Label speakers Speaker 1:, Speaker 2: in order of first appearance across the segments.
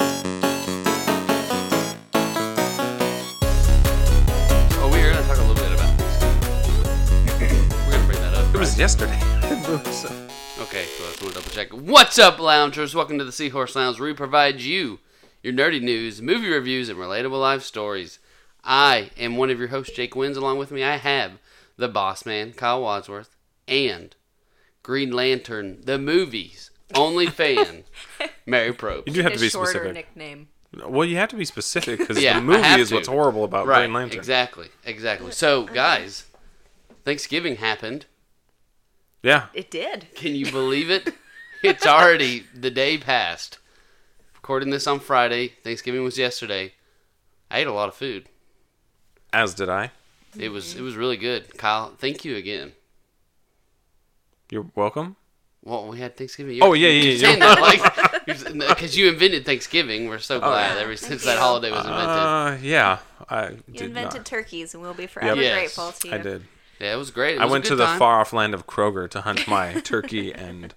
Speaker 1: Oh, check. What's up, loungers? Welcome to the Seahorse Lounge, where we provide you your nerdy news, movie reviews, and relatable life stories. I am one of your hosts, Jake Wins. Along with me, I have the boss man, Kyle Wadsworth, and Green Lantern, the movies, only fan, Mary Probst.
Speaker 2: You do have to
Speaker 3: a
Speaker 2: be
Speaker 3: shorter
Speaker 2: specific.
Speaker 3: nickname.
Speaker 2: well, you have to be specific because
Speaker 1: Yeah, I
Speaker 2: the movie
Speaker 1: have
Speaker 2: is
Speaker 1: to.
Speaker 2: what's horrible about Green Lantern.
Speaker 1: Exactly, exactly. So, guys, Thanksgiving happened.
Speaker 2: Yeah,
Speaker 3: It did.
Speaker 1: Can you believe it? it's already the day past. Recording this on Friday. Thanksgiving was yesterday. I ate a lot of food.
Speaker 2: as did I.
Speaker 1: It was it was really good. Kyle, thank you again.
Speaker 2: You're welcome.
Speaker 1: Well, we had Thanksgiving.
Speaker 2: Oh, yeah, yeah, yeah.
Speaker 1: because you invented Thanksgiving. We're so glad ever since that holiday was invented.
Speaker 2: Oh, Uh, yeah, I
Speaker 3: You
Speaker 2: did
Speaker 3: invented
Speaker 2: not.
Speaker 3: turkeys, and we'll be forever
Speaker 1: Yes,
Speaker 3: grateful to you.
Speaker 2: I did.
Speaker 1: yeah, it was great. It
Speaker 2: I
Speaker 1: was a
Speaker 2: went
Speaker 1: good
Speaker 2: to the
Speaker 1: time.
Speaker 2: far off land of Kroger to hunt my turkey and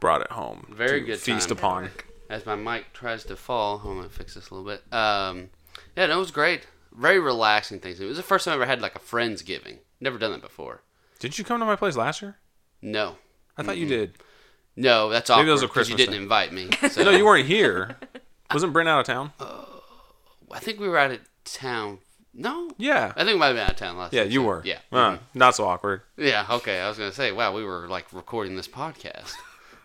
Speaker 2: brought it home.
Speaker 1: Very
Speaker 2: to
Speaker 1: good
Speaker 2: feast
Speaker 1: time.
Speaker 2: upon.
Speaker 1: as my mic tries to fall. I'm gonna fix this a little bit. Um, yeah, no, it was great. Very relaxing things. It was the first time I ever had like a friendsgiving. Never done that before.
Speaker 2: Did you come to my place last year?
Speaker 1: No,
Speaker 2: I thought you did.
Speaker 1: no, that's awkward.
Speaker 2: Maybe it was a
Speaker 1: 'cause you didn't
Speaker 2: Christmas thing.
Speaker 1: invite me. So
Speaker 2: No, you weren't here. Wasn't Brent out of town?
Speaker 1: Uh, I think we were out of town. No.
Speaker 2: Yeah.
Speaker 1: I think we might have been out of town last.
Speaker 2: Yeah,
Speaker 1: time,
Speaker 2: you
Speaker 1: so-
Speaker 2: were.
Speaker 1: uh, Yeah. mm-hmm.
Speaker 2: Uh, Not so awkward.
Speaker 1: Yeah. Okay. I was gonna say, wow, we were like recording this podcast.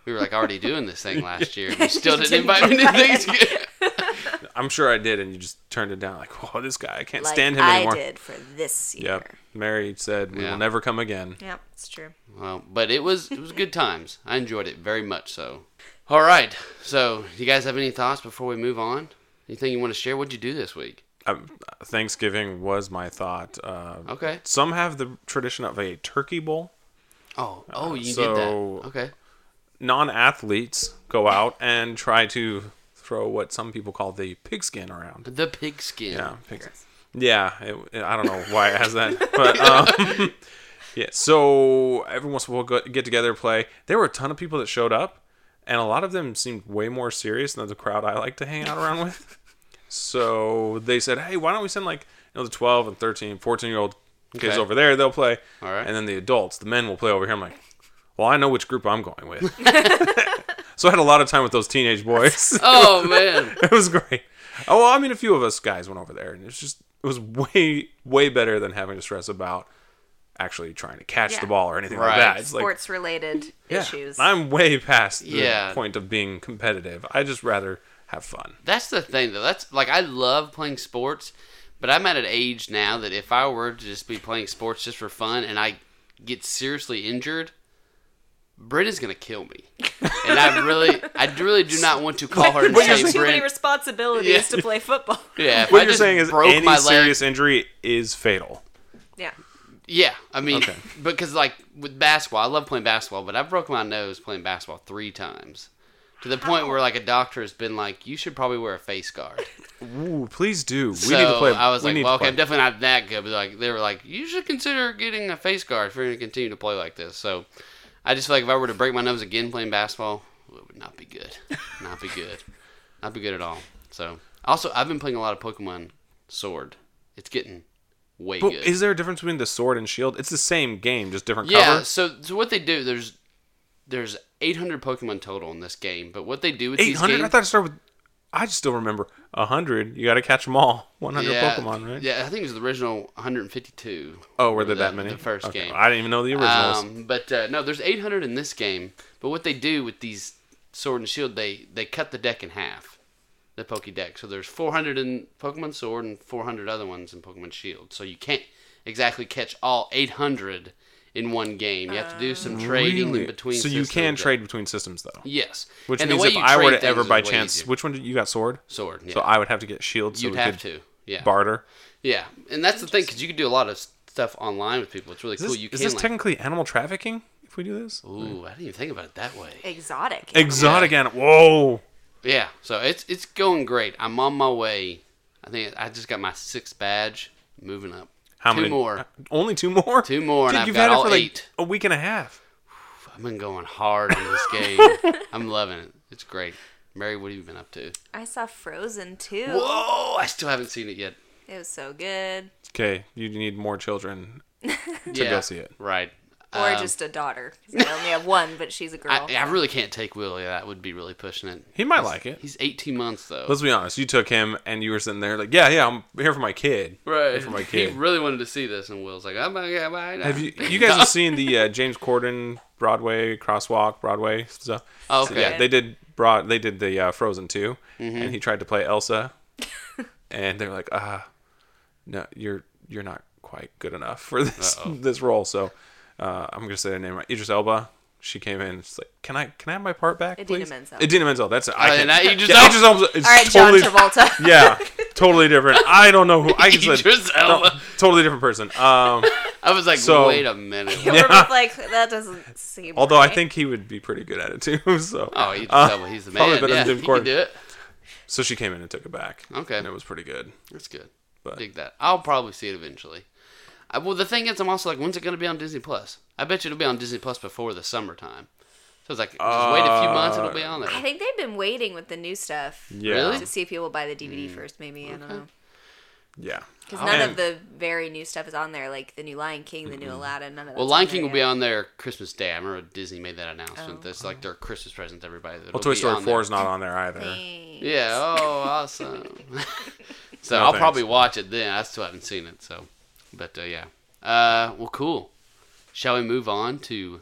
Speaker 1: We were like already doing this thing last year. and You still didn't invite me to Thanksgiving.
Speaker 2: I'm sure I did, and you just turned it down. Like, oh, this guy, I can't
Speaker 3: Like
Speaker 2: stand him
Speaker 3: I
Speaker 2: anymore.
Speaker 3: did for this year.
Speaker 2: Yep. Mary said, "We
Speaker 1: Yeah.
Speaker 2: will never come again."
Speaker 3: Yep, it's true.
Speaker 1: Well, but it was it was good times. I enjoyed it very much. So, all right. So, you guys have any thoughts before we move on? Anything you want to share? What'd you do this week?
Speaker 2: Um, Thanksgiving was my thought. Uh,
Speaker 1: Okay.
Speaker 2: Some have the tradition of a turkey bowl.
Speaker 1: Oh, oh, you did
Speaker 2: so-
Speaker 1: that. Okay.
Speaker 2: Non-athletes go out and try to throw what some people call the pigskin around.
Speaker 1: The pigskin.
Speaker 2: Yeah, pigs. Yeah, it, it- I don't know why it has that, but um, yeah. So everyone will go, get together, play. There were a ton of people that showed up, and a lot of them seemed way more serious than the crowd I like to hang out around with. So they said, "Hey, why don't we send like you know the 12 and 13, 14 year old kids
Speaker 1: Okay.
Speaker 2: over there? They'll play,
Speaker 1: All right.
Speaker 2: and then the adults, the men, will play over here." I'm like, "Well, I know which group I'm going with." so I had a lot of time with those teenage boys
Speaker 1: Oh man.
Speaker 2: it was great. Oh, well, I mean, a few of us guys went over there, and it's just it was way way better than having to stress about actually trying to catch
Speaker 3: Yeah.
Speaker 2: the ball or anything
Speaker 1: Right.
Speaker 2: like that. It's like
Speaker 3: Sports related
Speaker 2: yeah,
Speaker 3: issues.
Speaker 2: I'm way past the
Speaker 1: Yeah.
Speaker 2: point of being competitive. I just rather have fun.
Speaker 1: That's the thing, though. That's like I love playing sports, but I'm at an age now that if I were to just be playing sports just for fun and I get seriously injured, Britta's gonna kill me, and I really, I really do not want to call her and
Speaker 2: What you're
Speaker 1: say,
Speaker 2: saying-
Speaker 3: too many
Speaker 1: Britt.
Speaker 3: responsibilities
Speaker 1: Yeah.
Speaker 3: to play football.
Speaker 1: Yeah, if
Speaker 2: What
Speaker 1: I
Speaker 2: you're
Speaker 1: just
Speaker 2: saying is
Speaker 1: broke
Speaker 2: any
Speaker 1: my leg-
Speaker 2: serious injury is fatal.
Speaker 3: yeah.
Speaker 1: Yeah, I mean,
Speaker 2: Okay.
Speaker 1: because like with basketball, I love playing basketball, but I broke my nose playing basketball three times, to the point where like a doctor has been like, you should probably wear a face guard.
Speaker 2: Ooh, please do. We
Speaker 1: so
Speaker 2: need to play.
Speaker 1: I was
Speaker 2: we
Speaker 1: like,
Speaker 2: need
Speaker 1: well,
Speaker 2: to play.
Speaker 1: okay, I'm definitely not that good, but like they were like, you should consider getting a face guard if you're going to continue to play like this. So I just feel like if I were to break my nose again playing basketball, it would not be good, not be good, not be good at all. So also, I've been playing a lot of Pokemon Sword. It's getting way
Speaker 2: but
Speaker 1: good.
Speaker 2: is there a difference between the sword and shield? It's the same game, just different
Speaker 1: Yeah.
Speaker 2: cover.
Speaker 1: So so what they do there's there's 800 Pokemon total in this game, but what they do with
Speaker 2: Eight
Speaker 1: these
Speaker 2: hundred.
Speaker 1: games,
Speaker 2: I thought it started with. I just still remember hundred. You got to catch them all. One hundred
Speaker 1: yeah,
Speaker 2: Pokemon, right?
Speaker 1: Yeah, I think it was the original 152.
Speaker 2: Oh, were there
Speaker 1: the-
Speaker 2: that many?
Speaker 1: The first
Speaker 2: Okay.
Speaker 1: game.
Speaker 2: I didn't even know the originals.
Speaker 1: Um, but uh, no, there's 800 in this game. But what they do with these Sword and Shield, they they cut the deck in half, the Pokédex. So there's 400 in Pokemon Sword and 400 other ones in Pokemon Shield. So you can't exactly catch all 800 in one game. You have to do some trading in between.
Speaker 2: Oh. So you can
Speaker 1: systems.
Speaker 2: trade between systems though.
Speaker 1: Yes.
Speaker 2: Which
Speaker 1: And the
Speaker 2: means
Speaker 1: way
Speaker 2: if
Speaker 1: you
Speaker 2: I were
Speaker 1: trade
Speaker 2: to
Speaker 1: things
Speaker 2: ever
Speaker 1: is
Speaker 2: by
Speaker 1: way
Speaker 2: chance,
Speaker 1: easier.
Speaker 2: which one did you got? Sword.
Speaker 1: sword, yeah.
Speaker 2: So I would have to get shield. So
Speaker 1: you'd
Speaker 2: we
Speaker 1: have
Speaker 2: could
Speaker 1: to, yeah,
Speaker 2: barter.
Speaker 1: yeah, and that's the thing because you can do a lot of stuff online with people. It's really
Speaker 2: Is
Speaker 1: cool.
Speaker 2: this,
Speaker 1: You
Speaker 2: is
Speaker 1: can
Speaker 2: this
Speaker 1: like,
Speaker 2: technically animal trafficking? If we do this,
Speaker 1: ooh, I didn't even think about it that way.
Speaker 3: Exotic.
Speaker 2: exotic animal. Whoa.
Speaker 1: Yeah, so it's it's going great. I'm on my way. I think I just got my sixth badge. Moving up.
Speaker 2: How
Speaker 1: Two
Speaker 2: many
Speaker 1: more.
Speaker 2: uh, Only two more.
Speaker 1: Two more, and
Speaker 2: Dude,
Speaker 1: I've
Speaker 2: you've
Speaker 1: got
Speaker 2: had
Speaker 1: all
Speaker 2: it for
Speaker 1: eight.
Speaker 2: like a week and a half.
Speaker 1: I've been going hard on this game. I'm loving it. It's great. Mary, what have you been up to?
Speaker 3: I saw Frozen too.
Speaker 1: Whoa! I still haven't seen it yet.
Speaker 3: It was so good.
Speaker 2: Okay, you need more children
Speaker 1: yeah,
Speaker 2: go see it.
Speaker 1: Right.
Speaker 3: Or just a daughter. 'cause I only have one, but she's a girl.
Speaker 1: I, I really can't take Willie. That would be really pushing it.
Speaker 2: He might like it.
Speaker 1: He's 18 months though.
Speaker 2: Let's be honest. You took him, and you were sitting there like, "Yeah, yeah, I'm here for my kid."
Speaker 1: right.
Speaker 2: Here for my
Speaker 1: he
Speaker 2: kid.
Speaker 1: really wanted to see this, and Will's like, "Oh "I'm not gonna buy it."
Speaker 2: Have you? You guys have seen the uh, James Corden Broadway crosswalk Broadway stuff?
Speaker 1: Oh,
Speaker 2: So,
Speaker 1: okay. Mm-hmm.
Speaker 2: yeah, they did. Broad. They did the uh, Frozen 2 and he tried to play Elsa, and they're like, "Ah, no, you're you're not quite good enough for this this role." So uh, I'm gonna say the name right. Idris Elba. She came in. She's like, "Can I can I have my part back,
Speaker 3: Idina
Speaker 2: please?"
Speaker 3: Menzel.
Speaker 2: Idina Menzel. That's it. I
Speaker 1: Oh,
Speaker 2: can-
Speaker 1: and I- Idris
Speaker 2: Yeah,
Speaker 1: Elba.
Speaker 2: Idris Elba. It's
Speaker 3: All right,
Speaker 2: totally,
Speaker 3: John Travolta.
Speaker 2: Yeah, totally different. I don't know who. I can say
Speaker 1: Idris Elba.
Speaker 2: totally different person. Um,
Speaker 1: I was like,
Speaker 2: So-
Speaker 1: "Wait a minute."
Speaker 3: We're both like, that doesn't seem
Speaker 2: Although I
Speaker 3: right."
Speaker 2: think he would be pretty good at it too. So
Speaker 1: Oh, Idris
Speaker 2: Uh,
Speaker 1: Elba, he's the
Speaker 2: probably
Speaker 1: man.
Speaker 2: better
Speaker 1: yeah,
Speaker 2: than Jim
Speaker 1: he can
Speaker 2: Corden.
Speaker 1: do it.
Speaker 2: so she came in and took it back.
Speaker 1: Okay.
Speaker 2: and it was pretty good.
Speaker 1: That's good.
Speaker 2: But-
Speaker 1: Dig that. I'll probably see it eventually. I, well, the thing is, I'm also like, when's it going to be on Disney Plus? I bet you it'll be on Disney Plus before the summertime. So it's like, just wait a
Speaker 2: Uh,
Speaker 1: few months, it'll be on
Speaker 3: I
Speaker 1: there.
Speaker 3: think they've been waiting with the new stuff.
Speaker 2: Yeah, Mm.
Speaker 1: Really?
Speaker 3: To see if people buy the DVD first, maybe. I don't know.
Speaker 2: yeah.
Speaker 3: Because
Speaker 1: Oh,
Speaker 3: none
Speaker 2: And-
Speaker 3: of the very new stuff is on there, like the new Lion King, the new Aladdin, none of that.
Speaker 1: Well, Lion King will be on there Christmas Day. I remember Disney made that announcement.
Speaker 3: Oh.
Speaker 1: That's like their Christmas present to everybody.
Speaker 2: Well, Toy Story Four is not on there either.
Speaker 1: Yeah. Oh, awesome. so
Speaker 2: No,
Speaker 1: I'll
Speaker 2: thanks.
Speaker 1: probably watch it then. I still haven't seen it. So, but uh, yeah. Uh, well, cool. Shall we move on to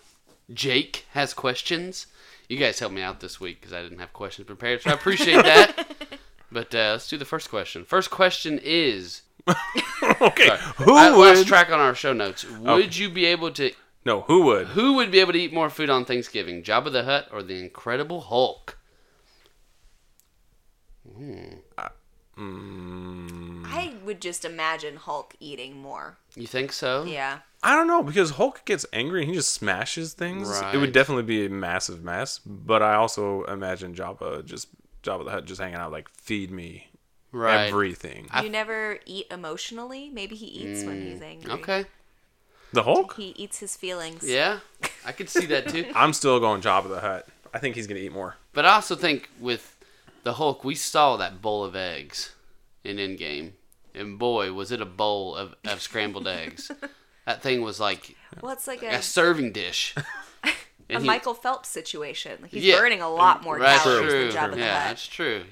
Speaker 1: Jake has questions? You guys helped me out this week because I didn't have questions prepared, so I appreciate that. But uh, let's do the first question. First question is:
Speaker 2: okay, who
Speaker 1: I lost
Speaker 2: would? Oh.
Speaker 1: track on our show notes. Would you be able to?
Speaker 2: no, who would?
Speaker 1: Who would be able to eat more food on Thanksgiving? Jabba the Hutt or the Incredible Hulk?
Speaker 3: I would just imagine Hulk eating more.
Speaker 1: You think so?
Speaker 3: Yeah.
Speaker 2: I don't know because Hulk gets angry and he just smashes things. It
Speaker 1: Right.
Speaker 2: would definitely be a massive mess. But I also imagine Jabba just Jabba the Hutt just hanging out like feed me
Speaker 1: Right.
Speaker 2: everything.
Speaker 3: you never eat emotionally. Maybe he eats when he's angry.
Speaker 1: Mm, Okay.
Speaker 2: the Hulk.
Speaker 3: He eats his feelings.
Speaker 1: Yeah, I could see that too.
Speaker 2: I'm still going Jabba the Hutt. I think he's gonna eat more.
Speaker 1: But I also think with the Hulk, we saw that bowl of eggs in Endgame, and boy, was it a bowl of, of scrambled eggs. That thing was like
Speaker 3: Well, it's like a,
Speaker 1: a serving dish.
Speaker 3: a
Speaker 1: And he-
Speaker 3: Michael Phelps situation. Like, he's
Speaker 1: Yeah.
Speaker 3: burning a lot more
Speaker 1: That's
Speaker 3: calories
Speaker 1: true.
Speaker 3: than Jabba the
Speaker 1: yeah,
Speaker 3: Hutt.
Speaker 1: that's true.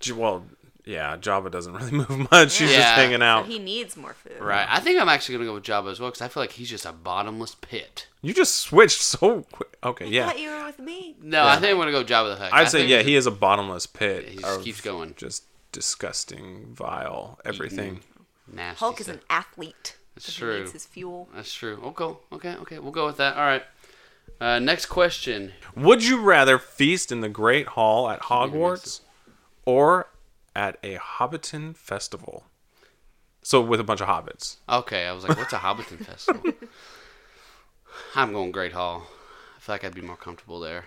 Speaker 2: J- Well, yeah, Jabba doesn't really move much. He's just
Speaker 1: Yeah.
Speaker 2: hanging
Speaker 3: So
Speaker 2: out.
Speaker 3: he needs more food.
Speaker 1: Right. I think I'm actually gonna go with Jabba as well because I feel like he's just a bottomless pit.
Speaker 2: You just switched so quick. Okay,
Speaker 3: I
Speaker 2: yeah.
Speaker 3: thought you were with me.
Speaker 1: No, I think I'm gonna go Jabba the Hutt. I
Speaker 2: I'd say
Speaker 1: think
Speaker 2: yeah.
Speaker 1: he's
Speaker 2: He is a bottomless pit.
Speaker 1: he just
Speaker 2: of
Speaker 1: keeps going.
Speaker 2: Just disgusting, vile, everything.
Speaker 1: a nasty
Speaker 3: Hulk is
Speaker 1: stuff.
Speaker 3: an athlete.
Speaker 1: It's
Speaker 3: He
Speaker 1: true.
Speaker 3: needs his fuel.
Speaker 1: That's true. Okay. Okay. Okay. We'll go with that. All right. Uh, next question.
Speaker 2: Would you rather feast in the Great Hall at Hogwarts, or at a Hobbiton festival? So with a bunch of hobbits.
Speaker 1: Okay, I was like, what's a Hobbiton festival? I'm going Great Hall. I feel like I'd be more comfortable there.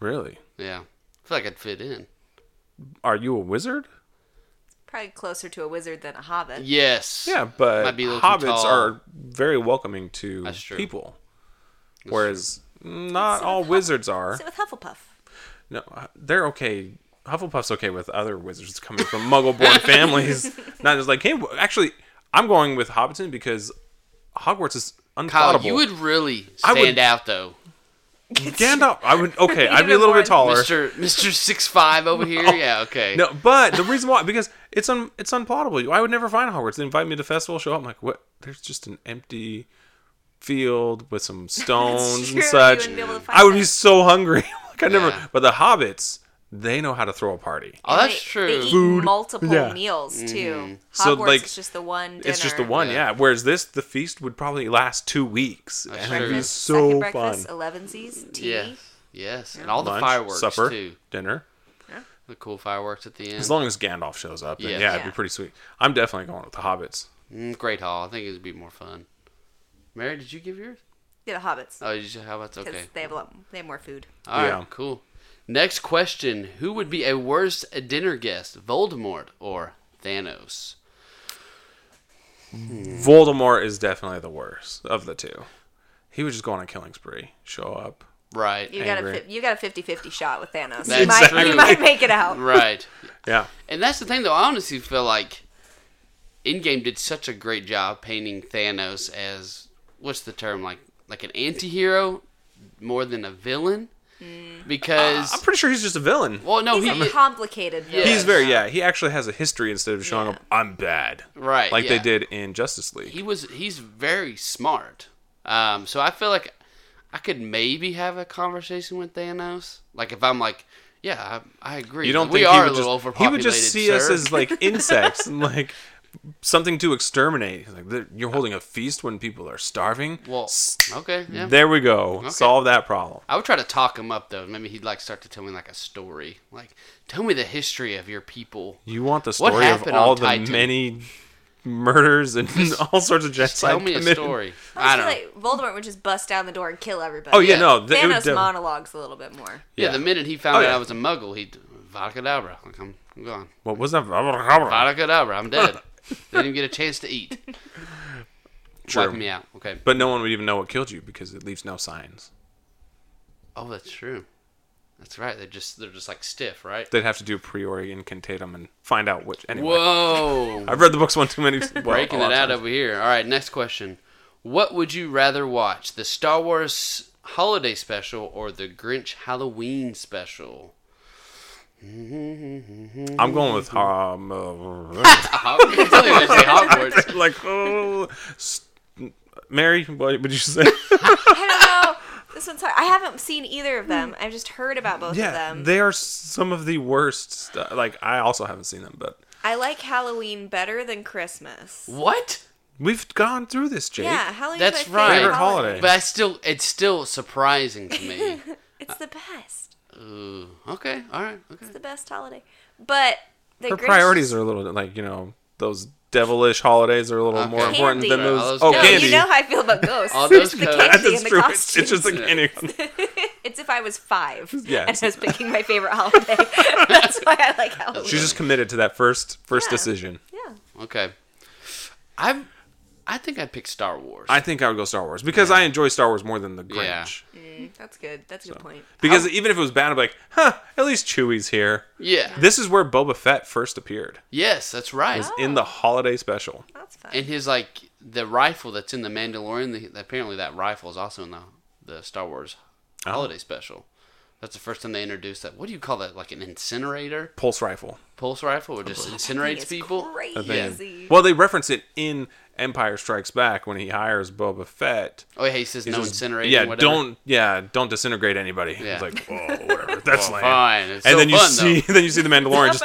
Speaker 2: Really?
Speaker 1: Yeah. I feel like I'd fit in.
Speaker 2: Are you a wizard?
Speaker 3: Probably closer to a wizard than a hobbit.
Speaker 1: Yes.
Speaker 2: Yeah, but
Speaker 1: Might be a little too
Speaker 2: hobbits
Speaker 1: tall.
Speaker 2: are very welcoming to
Speaker 1: That's true.
Speaker 2: people, whereas not all wizards are.
Speaker 3: Sit with Hufflepuff.
Speaker 2: No, uh, they're okay. Hufflepuff's okay with other wizards coming from muggle-born families. Not just like, hey, w- actually, I'm going with Hobbiton because Hogwarts is
Speaker 1: Kyle,
Speaker 2: unplottable.
Speaker 1: you would really
Speaker 2: I
Speaker 1: stand
Speaker 2: would-
Speaker 1: out though.
Speaker 2: Gandalf. I would okay. I'd be a
Speaker 3: Even
Speaker 2: little
Speaker 3: more
Speaker 2: bit taller.
Speaker 1: Mr. Mr. Six Five over here. Yeah, okay.
Speaker 2: No, but the reason why because it's un it's unplottable. I would never find Hogwarts. They invite me to festival, show up, I'm like, what? There's just an empty field with some stones
Speaker 3: true,
Speaker 2: and
Speaker 3: you
Speaker 2: such.
Speaker 3: wouldn't be able to find
Speaker 2: I would be
Speaker 3: it.
Speaker 2: so hungry. like I
Speaker 1: Yeah.
Speaker 2: never. But the hobbits, they know how to throw a party.
Speaker 1: Oh, that's
Speaker 3: they,
Speaker 1: true.
Speaker 3: They eat
Speaker 2: Food.
Speaker 3: multiple
Speaker 2: Yeah.
Speaker 3: meals too. Hogwarts
Speaker 2: Mm-hmm. So, like,
Speaker 3: is just the one. Dinner.
Speaker 2: It's just the one,
Speaker 1: Yeah.
Speaker 2: yeah. Whereas this, the feast would probably last two weeks, and it'd be
Speaker 1: true.
Speaker 3: Breakfast,
Speaker 2: so fun.
Speaker 3: second breakfast, elevensies, tea.
Speaker 1: Yes. Yes. And all the
Speaker 2: Lunch,
Speaker 1: fireworks
Speaker 2: supper,
Speaker 1: too.
Speaker 2: dinner.
Speaker 1: The cool fireworks at the end.
Speaker 2: As long as Gandalf shows up, then
Speaker 1: Yes.
Speaker 2: yeah, it'd
Speaker 3: Yeah.
Speaker 2: be pretty sweet. I'm definitely going with the hobbits.
Speaker 1: Mm, Great Hall. I think it'd be more fun. Mary, did you give yours?
Speaker 3: Yeah, the hobbits.
Speaker 1: Oh, you just, how about
Speaker 3: Because
Speaker 1: okay?
Speaker 3: they have a lot, they have more food.
Speaker 1: All right,
Speaker 2: Yeah.
Speaker 1: cool. Next question: Who would be a worse dinner guest, Voldemort or Thanos?
Speaker 2: Voldemort is definitely the worst of the two. He would just go on a killing spree, show up.
Speaker 1: Right,
Speaker 3: You got a
Speaker 2: Angry.
Speaker 3: fif- you got a 50-50 shot with Thanos.
Speaker 1: That's
Speaker 3: you might
Speaker 1: true.
Speaker 3: you might make it out.
Speaker 1: right.
Speaker 2: Yeah,
Speaker 1: And that's the thing, though. I honestly feel like InGame did such a great job painting Thanos as what's the term like like an anti-hero more than a villain because
Speaker 2: Uh, I'm pretty sure he's just a villain.
Speaker 1: well no
Speaker 3: Mm. He's
Speaker 1: he
Speaker 3: a complicated villain.
Speaker 2: He's very yeah. He actually has a history instead of showing
Speaker 3: Yeah.
Speaker 2: up. I'm bad,
Speaker 1: Right,
Speaker 2: Like
Speaker 1: yeah.
Speaker 2: they did in Justice League.
Speaker 1: he was he's very smart. Um, so I feel like I could maybe have a conversation with Thanos. Like if I'm like, yeah, I, I agree.
Speaker 2: you don't
Speaker 1: we
Speaker 2: think
Speaker 1: are
Speaker 2: he
Speaker 1: a
Speaker 2: would
Speaker 1: little
Speaker 2: just
Speaker 1: overpopulated.
Speaker 2: he would just see us
Speaker 1: sir.
Speaker 2: as like insects and like something to exterminate. He's like "There- you're holding a feast when people are starving.
Speaker 1: well,
Speaker 2: S-
Speaker 1: okay, yeah.
Speaker 2: there we go.
Speaker 1: Okay.
Speaker 2: Solve that problem.
Speaker 1: I would try to talk him up though. Maybe he'd like start to tell me like a story. Like, tell me the history of your people.
Speaker 2: You want the
Speaker 1: What
Speaker 2: story of
Speaker 1: happened on
Speaker 2: all the
Speaker 1: Titan?
Speaker 2: many murders and all sorts of genocide
Speaker 1: Tell me a
Speaker 2: committed.
Speaker 1: story. I
Speaker 3: I
Speaker 1: don't. know.
Speaker 3: just feel like Voldemort would just bust down the door and kill everybody.
Speaker 2: Oh yeah,
Speaker 1: Yeah.
Speaker 2: no, th- it would
Speaker 3: Thanos
Speaker 2: def-
Speaker 3: monologues a little bit more.
Speaker 1: yeah.
Speaker 2: yeah.
Speaker 1: the minute he found
Speaker 2: Oh,
Speaker 1: out
Speaker 2: yeah.
Speaker 1: I was a Muggle, he Vadakadabra. Like I'm, I'm gone.
Speaker 2: What was that?
Speaker 1: Vadakadabra. I'm dead. Didn't even get a chance to eat.
Speaker 2: True.
Speaker 1: Wiping me out. Okay.
Speaker 2: But no one would even know what killed you because it leaves no signs.
Speaker 1: Oh, that's true. That's right. They're just they're just like stiff, right?
Speaker 2: They'd have to do a priori incantatum and find out which. Anyway,
Speaker 1: Whoa!
Speaker 2: I've read the books one too many. Well,
Speaker 1: Breaking
Speaker 2: a lot
Speaker 1: it
Speaker 2: of
Speaker 1: out
Speaker 2: times.
Speaker 1: over here. All right, next question. What would you rather watch, the Star Wars holiday special or the Grinch Halloween special?
Speaker 2: I'm going with um, uh,
Speaker 1: I was gonna say Hogwarts.
Speaker 2: like oh, s- Mary. What would you say?
Speaker 3: I don't know. This one's hard. I haven't seen either of them. I've just heard about both of
Speaker 2: Hmm. yeah,
Speaker 3: them.
Speaker 2: they are some of the worst. Stu- like I also haven't seen them, but
Speaker 3: I like Halloween better than Christmas.
Speaker 1: What?
Speaker 2: we've gone through this, Jake.
Speaker 3: Yeah, Halloween's
Speaker 1: That's
Speaker 3: my favorite
Speaker 1: right.
Speaker 2: Favorite holiday.
Speaker 1: But I still, it's still surprising to me.
Speaker 3: It's the best.
Speaker 1: Ooh, okay, all right, okay.
Speaker 3: It's the best holiday. But the
Speaker 2: Her
Speaker 3: Grinch-
Speaker 2: priorities are a little like you know those devilish holidays are a little more
Speaker 1: Candy.
Speaker 2: important than
Speaker 3: Right,
Speaker 1: all
Speaker 2: those.
Speaker 1: those
Speaker 2: oh,
Speaker 1: No,
Speaker 3: No,
Speaker 2: candy.
Speaker 3: you know how I feel about ghosts.
Speaker 1: All those
Speaker 3: the
Speaker 1: codes.
Speaker 3: candy
Speaker 2: That's
Speaker 3: and the
Speaker 2: true. It's,
Speaker 3: costumes.
Speaker 2: it's just like
Speaker 1: Yeah.
Speaker 2: any.
Speaker 3: It's if I was five
Speaker 2: Yeah.
Speaker 3: and I was picking my favorite holiday. That's why I like Halloween.
Speaker 2: She's just committed to that first first
Speaker 3: Yeah.
Speaker 2: decision.
Speaker 3: yeah.
Speaker 1: Okay. I, I think I'd pick Star Wars.
Speaker 2: I think I would go Star Wars because I enjoy Star Wars more than the Grinch.
Speaker 1: Yeah.
Speaker 3: That's good. That's a good point.
Speaker 2: Because even if it was bad, I'd be like, huh, at least Chewie's here.
Speaker 1: yeah.
Speaker 2: This is where Boba Fett first appeared.
Speaker 1: yes, that's right.
Speaker 2: Is in the holiday special.
Speaker 3: That's fun.
Speaker 1: and his like the rifle that's in the Mandalorian. The, apparently, that rifle is also in the the Star Wars
Speaker 2: Oh.
Speaker 1: holiday special. That's the first time they introduced that. What do you call that? Like an incinerator
Speaker 2: Pulse rifle.
Speaker 1: pulse rifle, which
Speaker 2: Oh,
Speaker 1: just incinerates
Speaker 3: It's
Speaker 1: people.
Speaker 2: thing.
Speaker 3: Crazy.
Speaker 2: Well, they reference it in Empire Strikes Back when he hires Boba Fett.
Speaker 1: Oh, yeah, he says no incinerating.
Speaker 2: Yeah,
Speaker 1: whatever.
Speaker 2: don't yeah, don't disintegrate anybody.
Speaker 1: Yeah.
Speaker 2: It's like, oh, whatever. That's lame.
Speaker 1: Fine. It's
Speaker 2: and
Speaker 1: so
Speaker 2: then you
Speaker 1: fun,
Speaker 2: see
Speaker 1: Though.
Speaker 2: then you see the Mandalorian just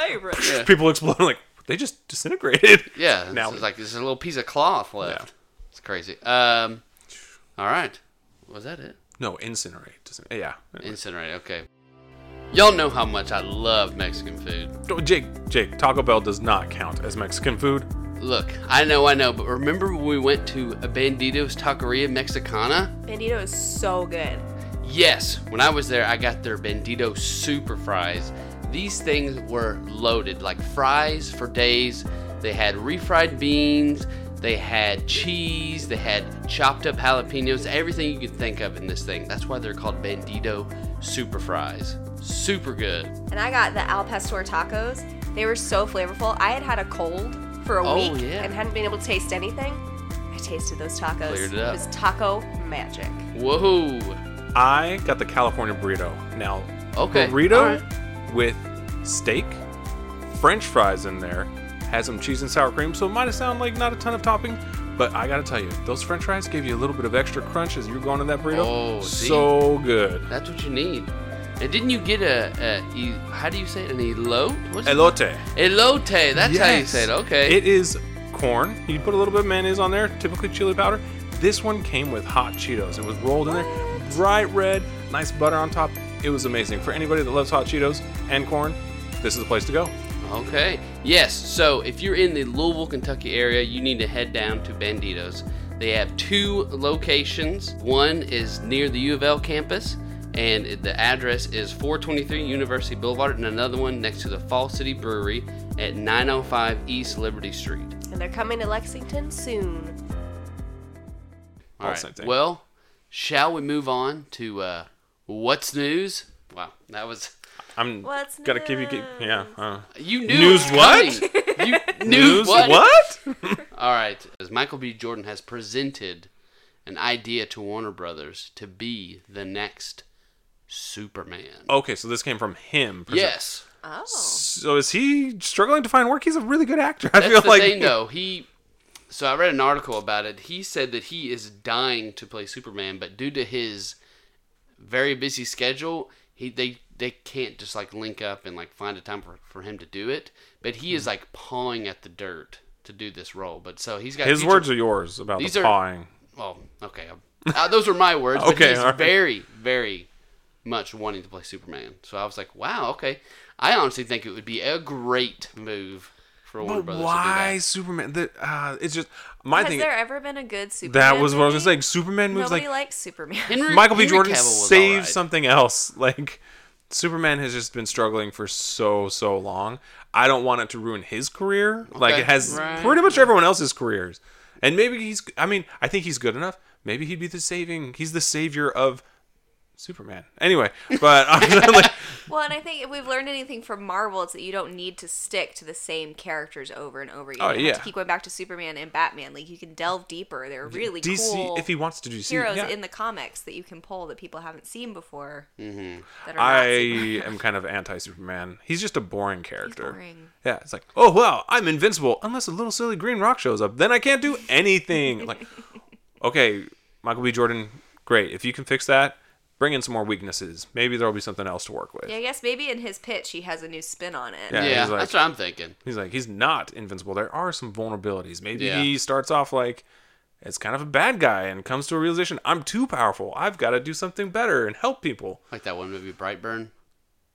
Speaker 3: favorite.
Speaker 2: people explode like they just disintegrated.
Speaker 1: Yeah, it's,
Speaker 2: Now
Speaker 1: it's like there's a little piece of cloth left. It's crazy. Um, all right, was that it?
Speaker 2: no incinerate. Disin- yeah.
Speaker 1: Incinerate. Okay. Y'all know how much I love Mexican food.
Speaker 2: Don't- Jake, Jake, Taco Bell does not count as Mexican food.
Speaker 1: Look, I know, I know, but remember when we went to Bandito's Taqueria Mexicana?
Speaker 3: Bandito is so good.
Speaker 1: Yes, when I was there, I got their Bandito Super Fries. These things were loaded, like fries for days. They had refried beans, they had cheese, they had chopped up jalapenos, everything you could think of in this thing. That's why they're called Bandito Super Fries. Super good.
Speaker 3: And I got the Al Pastor tacos. They were so flavorful. I had had a cold for a
Speaker 1: Oh,
Speaker 3: week
Speaker 1: yeah.
Speaker 3: and hadn't been able to taste anything. I tasted those tacos.
Speaker 1: Cleared it up.
Speaker 3: was taco magic.
Speaker 1: Whoa.
Speaker 2: I got the California burrito. Now,
Speaker 1: Okay.
Speaker 2: burrito with steak, French fries in there, has some cheese and sour cream, so it might sound like not a ton of topping, but I gotta tell you, those French fries gave you a little bit of extra crunch as you're going in that burrito.
Speaker 1: Oh, see.
Speaker 2: so good.
Speaker 1: That's what you need. And didn't you get a, a e- how do you say it? An elote? What's it-
Speaker 2: Elote.
Speaker 1: Elote. That's how you
Speaker 2: Yes.
Speaker 1: say it. Okay.
Speaker 2: It is corn. You put a little bit of mayonnaise on there, typically chili powder. This one came with hot Cheetos. It was rolled in there, bright red, nice butter on top. It was amazing. For anybody that loves hot Cheetos and corn, this is the place to go.
Speaker 1: Okay. Yes. So if you're in the Louisville, Kentucky area, you need to head down to Banditos. They have two locations. One is near the U of L campus, and it- the address is 423 University Boulevard, and another one next to the Fall City Brewery at 905 East Liberty Street.
Speaker 3: And they're coming to Lexington soon.
Speaker 1: All
Speaker 2: All
Speaker 1: right.
Speaker 2: same thing.
Speaker 1: Well, shall we move on to uh, what's news? Wow, that was
Speaker 2: I'm
Speaker 3: What's
Speaker 2: gotta keep you keep
Speaker 3: news?
Speaker 2: yeah. Uh,
Speaker 1: you knew
Speaker 2: News
Speaker 1: it was
Speaker 2: what?
Speaker 1: coming. You knew what?
Speaker 2: What?
Speaker 1: All right, as Michael B. Jordan has presented an idea to Warner Brothers to be the next Superman.
Speaker 2: Okay, so this came from him. per se.
Speaker 1: yes.
Speaker 3: Oh.
Speaker 2: So is he struggling to find work? He's a really good actor. I
Speaker 1: That's
Speaker 2: feel
Speaker 1: the
Speaker 2: like
Speaker 1: thing, though. He. So I read an article about it. He said that he is dying to play Superman, but due to his very busy schedule, he they they can't just like link up and like find a time for, for him to do it. But he
Speaker 2: Hmm.
Speaker 1: is like pawing at the dirt to do this role. But so he's got
Speaker 2: his
Speaker 1: future-
Speaker 2: words are yours about
Speaker 1: These
Speaker 2: the
Speaker 1: are-
Speaker 2: pawing.
Speaker 1: Well, okay, uh, those were my words.
Speaker 2: Okay,
Speaker 1: okay, but he's
Speaker 2: all right.
Speaker 1: very very much wanting to play Superman. So I was like, wow, okay. I honestly think it would be a great move for Warner
Speaker 2: But
Speaker 1: Brothers.
Speaker 2: why
Speaker 1: To
Speaker 2: Superman? The, uh, it's just my
Speaker 3: Has
Speaker 2: thing.
Speaker 3: there ever been a good Superman?
Speaker 2: that was what I was
Speaker 3: movie?
Speaker 2: gonna say. Superman moves
Speaker 3: Nobody
Speaker 2: like
Speaker 3: likes Superman.
Speaker 1: do that. Henry-
Speaker 2: Michael B.
Speaker 1: Henry
Speaker 2: Jordan
Speaker 1: Cavill was
Speaker 2: save
Speaker 1: alright.
Speaker 2: something else. Like Superman has just been struggling for so so long. I don't want it to ruin his career. Like
Speaker 1: Okay.
Speaker 2: it has
Speaker 1: Right.
Speaker 2: pretty much everyone else's careers. And maybe he's. I mean, I think he's good enough. Maybe he'd be the saving. He's the savior of Superman. Anyway, but I'm like,
Speaker 3: Well, and I think if we've learned anything from Marvel, it's that you don't need to stick to the same characters over and over again.
Speaker 2: Oh,
Speaker 3: you don't have
Speaker 2: yeah.
Speaker 3: to keep going back to Superman and Batman. Like you can delve deeper. They're really
Speaker 2: DC.
Speaker 3: cool
Speaker 2: If he wants to do DC,
Speaker 3: heroes
Speaker 2: yeah.
Speaker 3: in the comics that you can pull that people haven't seen before. Mm-hmm. That are not
Speaker 2: I
Speaker 3: Superman.
Speaker 2: am kind of anti Superman. He's just a boring character.
Speaker 3: boring.
Speaker 2: Yeah, it's like, oh wow, I'm invincible unless a little silly Green Rock shows up. Then I can't do anything. like, okay, Michael B. Jordan, great. If you can fix that, bring in some more weaknesses. Maybe there'll be something else to work with.
Speaker 3: Yeah, I guess maybe in his pitch he has a new spin on it.
Speaker 2: Yeah.
Speaker 1: Yeah,
Speaker 2: he's like-
Speaker 1: that's what I'm thinking.
Speaker 2: He's like, he's not invincible. There are some vulnerabilities. Maybe
Speaker 1: Yeah.
Speaker 2: he starts off like as kind of a bad guy and comes to a realization, I'm too powerful. I've got to do something better and help people.
Speaker 1: Like that one movie, Brightburn.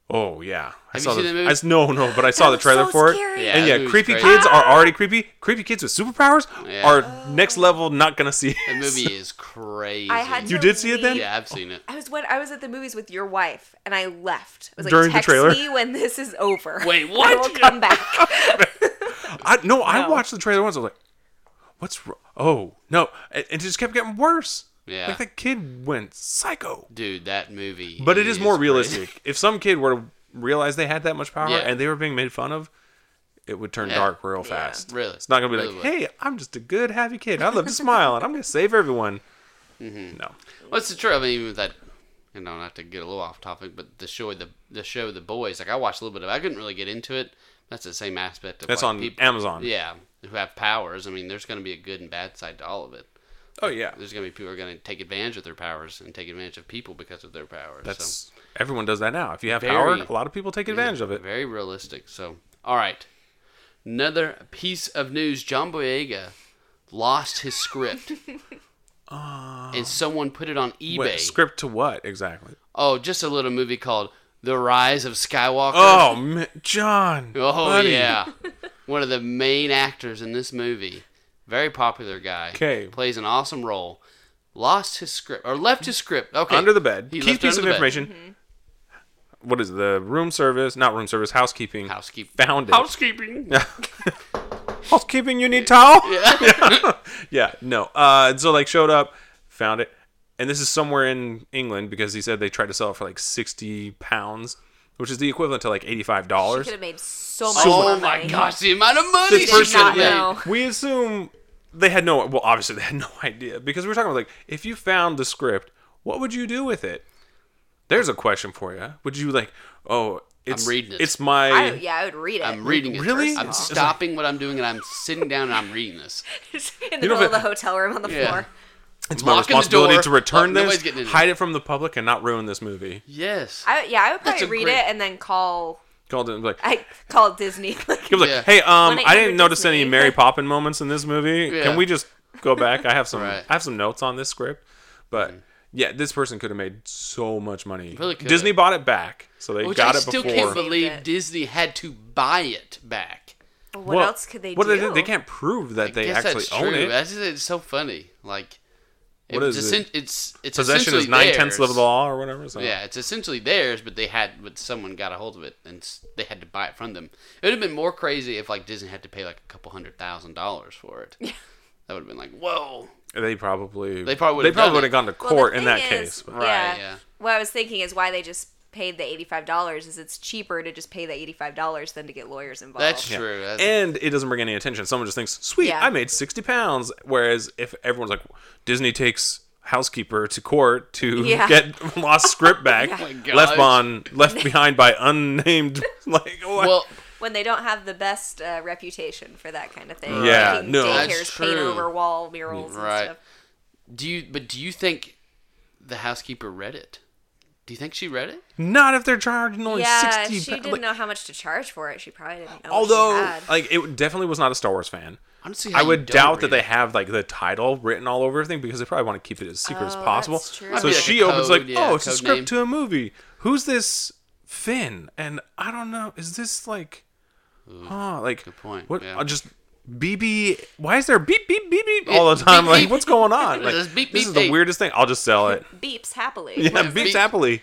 Speaker 2: Oh yeah, I
Speaker 1: Have you
Speaker 2: saw
Speaker 1: seen
Speaker 2: the,
Speaker 1: that movie?
Speaker 2: I s- no, no, but I saw the
Speaker 3: looks
Speaker 2: trailer
Speaker 3: so
Speaker 2: for it.
Speaker 3: scary.
Speaker 1: Yeah,
Speaker 2: and
Speaker 1: that
Speaker 2: yeah,
Speaker 1: movie's
Speaker 2: creepy
Speaker 1: great.
Speaker 2: kids are already creepy. Creepy kids with superpowers
Speaker 1: Yeah.
Speaker 2: are next level. Not gonna see.
Speaker 1: That
Speaker 2: it.
Speaker 1: movie is crazy.
Speaker 3: I had
Speaker 2: You
Speaker 3: to
Speaker 2: did see it then?
Speaker 3: leave.
Speaker 1: yeah, I've seen it.
Speaker 3: I was when I was at the movies with your wife and I left. I was like,
Speaker 2: During the
Speaker 3: text
Speaker 2: trailer?
Speaker 3: me when this is over.
Speaker 1: Wait,
Speaker 3: I
Speaker 1: what?
Speaker 3: will come back.
Speaker 2: I, no, I
Speaker 3: No.
Speaker 2: watched the trailer once. I was like, "What's? wr- Oh no!" And and it just kept getting worse.
Speaker 1: Yeah.
Speaker 2: like that kid went psycho.
Speaker 1: Dude, that movie.
Speaker 2: But it is more
Speaker 1: crazy.
Speaker 2: realistic. If some kid were to realize they had that much power
Speaker 1: Yeah.
Speaker 2: and they were being made fun of, it would turn
Speaker 1: Yeah.
Speaker 2: dark real fast.
Speaker 1: Really.
Speaker 2: It's not gonna be
Speaker 1: Really
Speaker 2: like,
Speaker 1: would.
Speaker 2: "Hey, I'm just a good, happy kid. I love to smile and I'm gonna save everyone."
Speaker 1: Mm-hmm.
Speaker 2: No.
Speaker 1: What's the truth? I mean, even with that, you know, not to get a little off topic, but the show, the the show, the boys. Like I watched a little bit of. it. I couldn't really get into it. That's the same aspect of
Speaker 2: That's
Speaker 1: like,
Speaker 2: on
Speaker 1: people,
Speaker 2: Amazon.
Speaker 1: Yeah, who have powers. I mean, there's going to be a good and bad side to all of it.
Speaker 2: Oh yeah.
Speaker 1: There's going to be people who are going to take advantage of their powers and take advantage of people because of their powers.
Speaker 2: That's
Speaker 1: so,
Speaker 2: everyone does that now. If you have
Speaker 1: Very-
Speaker 2: power, a lot of people take advantage of it.
Speaker 1: very realistic. So, all right, another piece of news: John Boyega lost his script, and someone put it on eBay.
Speaker 2: Ah. Wait, script to what exactly?
Speaker 1: Oh, just a little movie called The Rise of Skywalker.
Speaker 2: Oh, man, John.
Speaker 1: Oh,
Speaker 2: buddy.
Speaker 1: yeah. One of the main actors in this movie. Very popular guy.
Speaker 2: 'Kay.
Speaker 1: Plays an awesome role. Lost his script or left his script. Okay.
Speaker 2: Under the bed.
Speaker 1: He
Speaker 2: Key
Speaker 1: left it
Speaker 2: piece
Speaker 1: under
Speaker 2: of
Speaker 1: the bed. Mm-hmm.
Speaker 2: information. What is it? the room service? Not room service. Housekeeping.
Speaker 1: Housekeep-
Speaker 2: Found it.
Speaker 1: Housekeeping.
Speaker 2: housekeeping. You need towel. Yeah. yeah. No. Uh. So like showed up, found it, and this is somewhere in England because he said they tried to sell it for like sixty pounds, which is the equivalent to like eighty five
Speaker 3: You
Speaker 2: dollars.
Speaker 3: could have made so much more
Speaker 1: Oh my
Speaker 3: money.
Speaker 1: gosh, the amount of money
Speaker 2: this
Speaker 1: she
Speaker 2: person
Speaker 3: not
Speaker 1: made.
Speaker 3: know.
Speaker 2: we assume they had no well obviously they had no idea because we're talking about like if you found the script what would you do with it there's a question for you would you like oh it's
Speaker 1: reading it.
Speaker 2: it's my
Speaker 3: I, yeah, I would read it.
Speaker 1: I'm reading it.
Speaker 2: Really?
Speaker 1: first. I'm
Speaker 2: It's-
Speaker 1: stopping what I'm doing and I'm sitting down and I'm reading this.
Speaker 2: know,
Speaker 3: in the middle
Speaker 2: but-
Speaker 3: of the hotel room on the
Speaker 1: Yeah.
Speaker 3: floor.
Speaker 2: it's my
Speaker 1: Locking the
Speaker 2: responsibility
Speaker 1: door.
Speaker 2: to
Speaker 1: Look,
Speaker 2: return
Speaker 1: nobody's
Speaker 2: this
Speaker 1: getting in.
Speaker 2: hide it from the public and not ruin this movie
Speaker 1: Yes.
Speaker 3: I, yeah, I would
Speaker 1: That's
Speaker 3: probably
Speaker 1: a
Speaker 3: read
Speaker 1: great-
Speaker 3: it and then call.
Speaker 2: called it and be like
Speaker 3: I call Disney. Like,
Speaker 2: he was
Speaker 1: Yeah.
Speaker 2: like hey um i didn't
Speaker 3: 1-800
Speaker 2: notice any
Speaker 3: Disney.
Speaker 2: mary poppin moments in this movie
Speaker 1: Yeah.
Speaker 2: can we just go back i have some
Speaker 1: Right. Mm-hmm.
Speaker 2: i have some notes on this script but yeah, this person could have made so much money.
Speaker 1: Really could.
Speaker 2: Disney bought it back, so they
Speaker 1: Which
Speaker 2: got
Speaker 1: I
Speaker 2: it
Speaker 1: still
Speaker 2: before.
Speaker 1: can't believe
Speaker 3: Saved it.
Speaker 1: Disney had to buy it back.
Speaker 3: what
Speaker 2: Well,
Speaker 3: else could they
Speaker 2: what
Speaker 3: do?
Speaker 2: They, can't prove that they
Speaker 1: Guess
Speaker 2: actually
Speaker 1: that's
Speaker 2: own
Speaker 1: true.
Speaker 2: it.
Speaker 1: That's just- it's so funny. Like,
Speaker 2: What
Speaker 1: it's
Speaker 2: is
Speaker 1: essen-
Speaker 2: it?
Speaker 1: It's it's
Speaker 2: Possession is
Speaker 1: essentially
Speaker 2: nine tenths of
Speaker 1: theirs.
Speaker 2: the law or whatever. So.
Speaker 1: Yeah, it's essentially theirs, but they had, but someone got a hold of it and s- they had to buy it from them. It would have been more crazy if like Disney had to pay like a couple hundred thousand dollars for it. that would have been like, whoa.
Speaker 2: they probably
Speaker 1: They probably
Speaker 2: they
Speaker 1: would've
Speaker 2: probably
Speaker 1: done
Speaker 2: would
Speaker 1: it.
Speaker 2: have gone to
Speaker 3: Well, the
Speaker 2: court in
Speaker 3: thing
Speaker 2: that case.
Speaker 3: is-
Speaker 2: but-
Speaker 3: yeah,
Speaker 1: Right, yeah.
Speaker 3: What I was thinking is why they just paid the eighty-five dollars is it's cheaper to just pay the eighty-five dollars than to get lawyers involved.
Speaker 1: That's
Speaker 2: Yeah.
Speaker 1: true. That's,
Speaker 2: And it doesn't bring any attention. Someone just thinks, "Sweet,
Speaker 3: Yeah.
Speaker 2: I made sixty pounds." Whereas if everyone's like, "Disney takes housekeeper to court to
Speaker 3: Yeah. Oh
Speaker 2: get lost script back,
Speaker 1: my gosh.
Speaker 2: left on left behind by unnamed like what?
Speaker 1: Well,
Speaker 3: when they don't have the best uh, reputation for that kind of thing.
Speaker 2: Yeah,
Speaker 3: Making
Speaker 2: no.
Speaker 3: daycares
Speaker 1: That's
Speaker 3: paint
Speaker 1: true.
Speaker 3: over wall murals
Speaker 1: right.
Speaker 3: and stuff.
Speaker 1: do you? But do you think the housekeeper read it? Do you think she read it?
Speaker 2: not if they're charging only
Speaker 3: Yeah,
Speaker 2: sixty.
Speaker 3: she
Speaker 2: pa-
Speaker 3: didn't
Speaker 2: like-
Speaker 3: know how much to charge for it. She probably didn't know. what she
Speaker 2: although uh,
Speaker 3: had.
Speaker 2: like it definitely was not a Star Wars fan.
Speaker 1: I don't see how
Speaker 2: I
Speaker 1: you
Speaker 2: would
Speaker 1: don't
Speaker 2: doubt
Speaker 1: read
Speaker 2: that they
Speaker 1: it.
Speaker 2: have like the title written all over everything because they probably want to keep it as secret as
Speaker 3: Oh,
Speaker 2: possible.
Speaker 3: that's true. Might
Speaker 2: So
Speaker 1: be like a
Speaker 2: she opens like,
Speaker 1: code, yeah,
Speaker 2: oh, it's a
Speaker 1: code
Speaker 2: script
Speaker 1: name.
Speaker 2: to a movie. Who's this Finn? And I don't know. Is this like, huh? Like,
Speaker 1: good point,
Speaker 2: What?
Speaker 1: yeah.
Speaker 2: I'll just BB. Why is there beep beep beep beep all the time?
Speaker 1: beep,
Speaker 2: like,
Speaker 1: beep.
Speaker 2: what's going on? Like,
Speaker 1: Just beep,
Speaker 2: this
Speaker 1: beep,
Speaker 2: is the
Speaker 1: beep.
Speaker 2: weirdest thing. I'll just sell it.
Speaker 3: beeps happily.
Speaker 2: Yeah,
Speaker 1: is
Speaker 2: beeps
Speaker 1: beep?
Speaker 2: happily.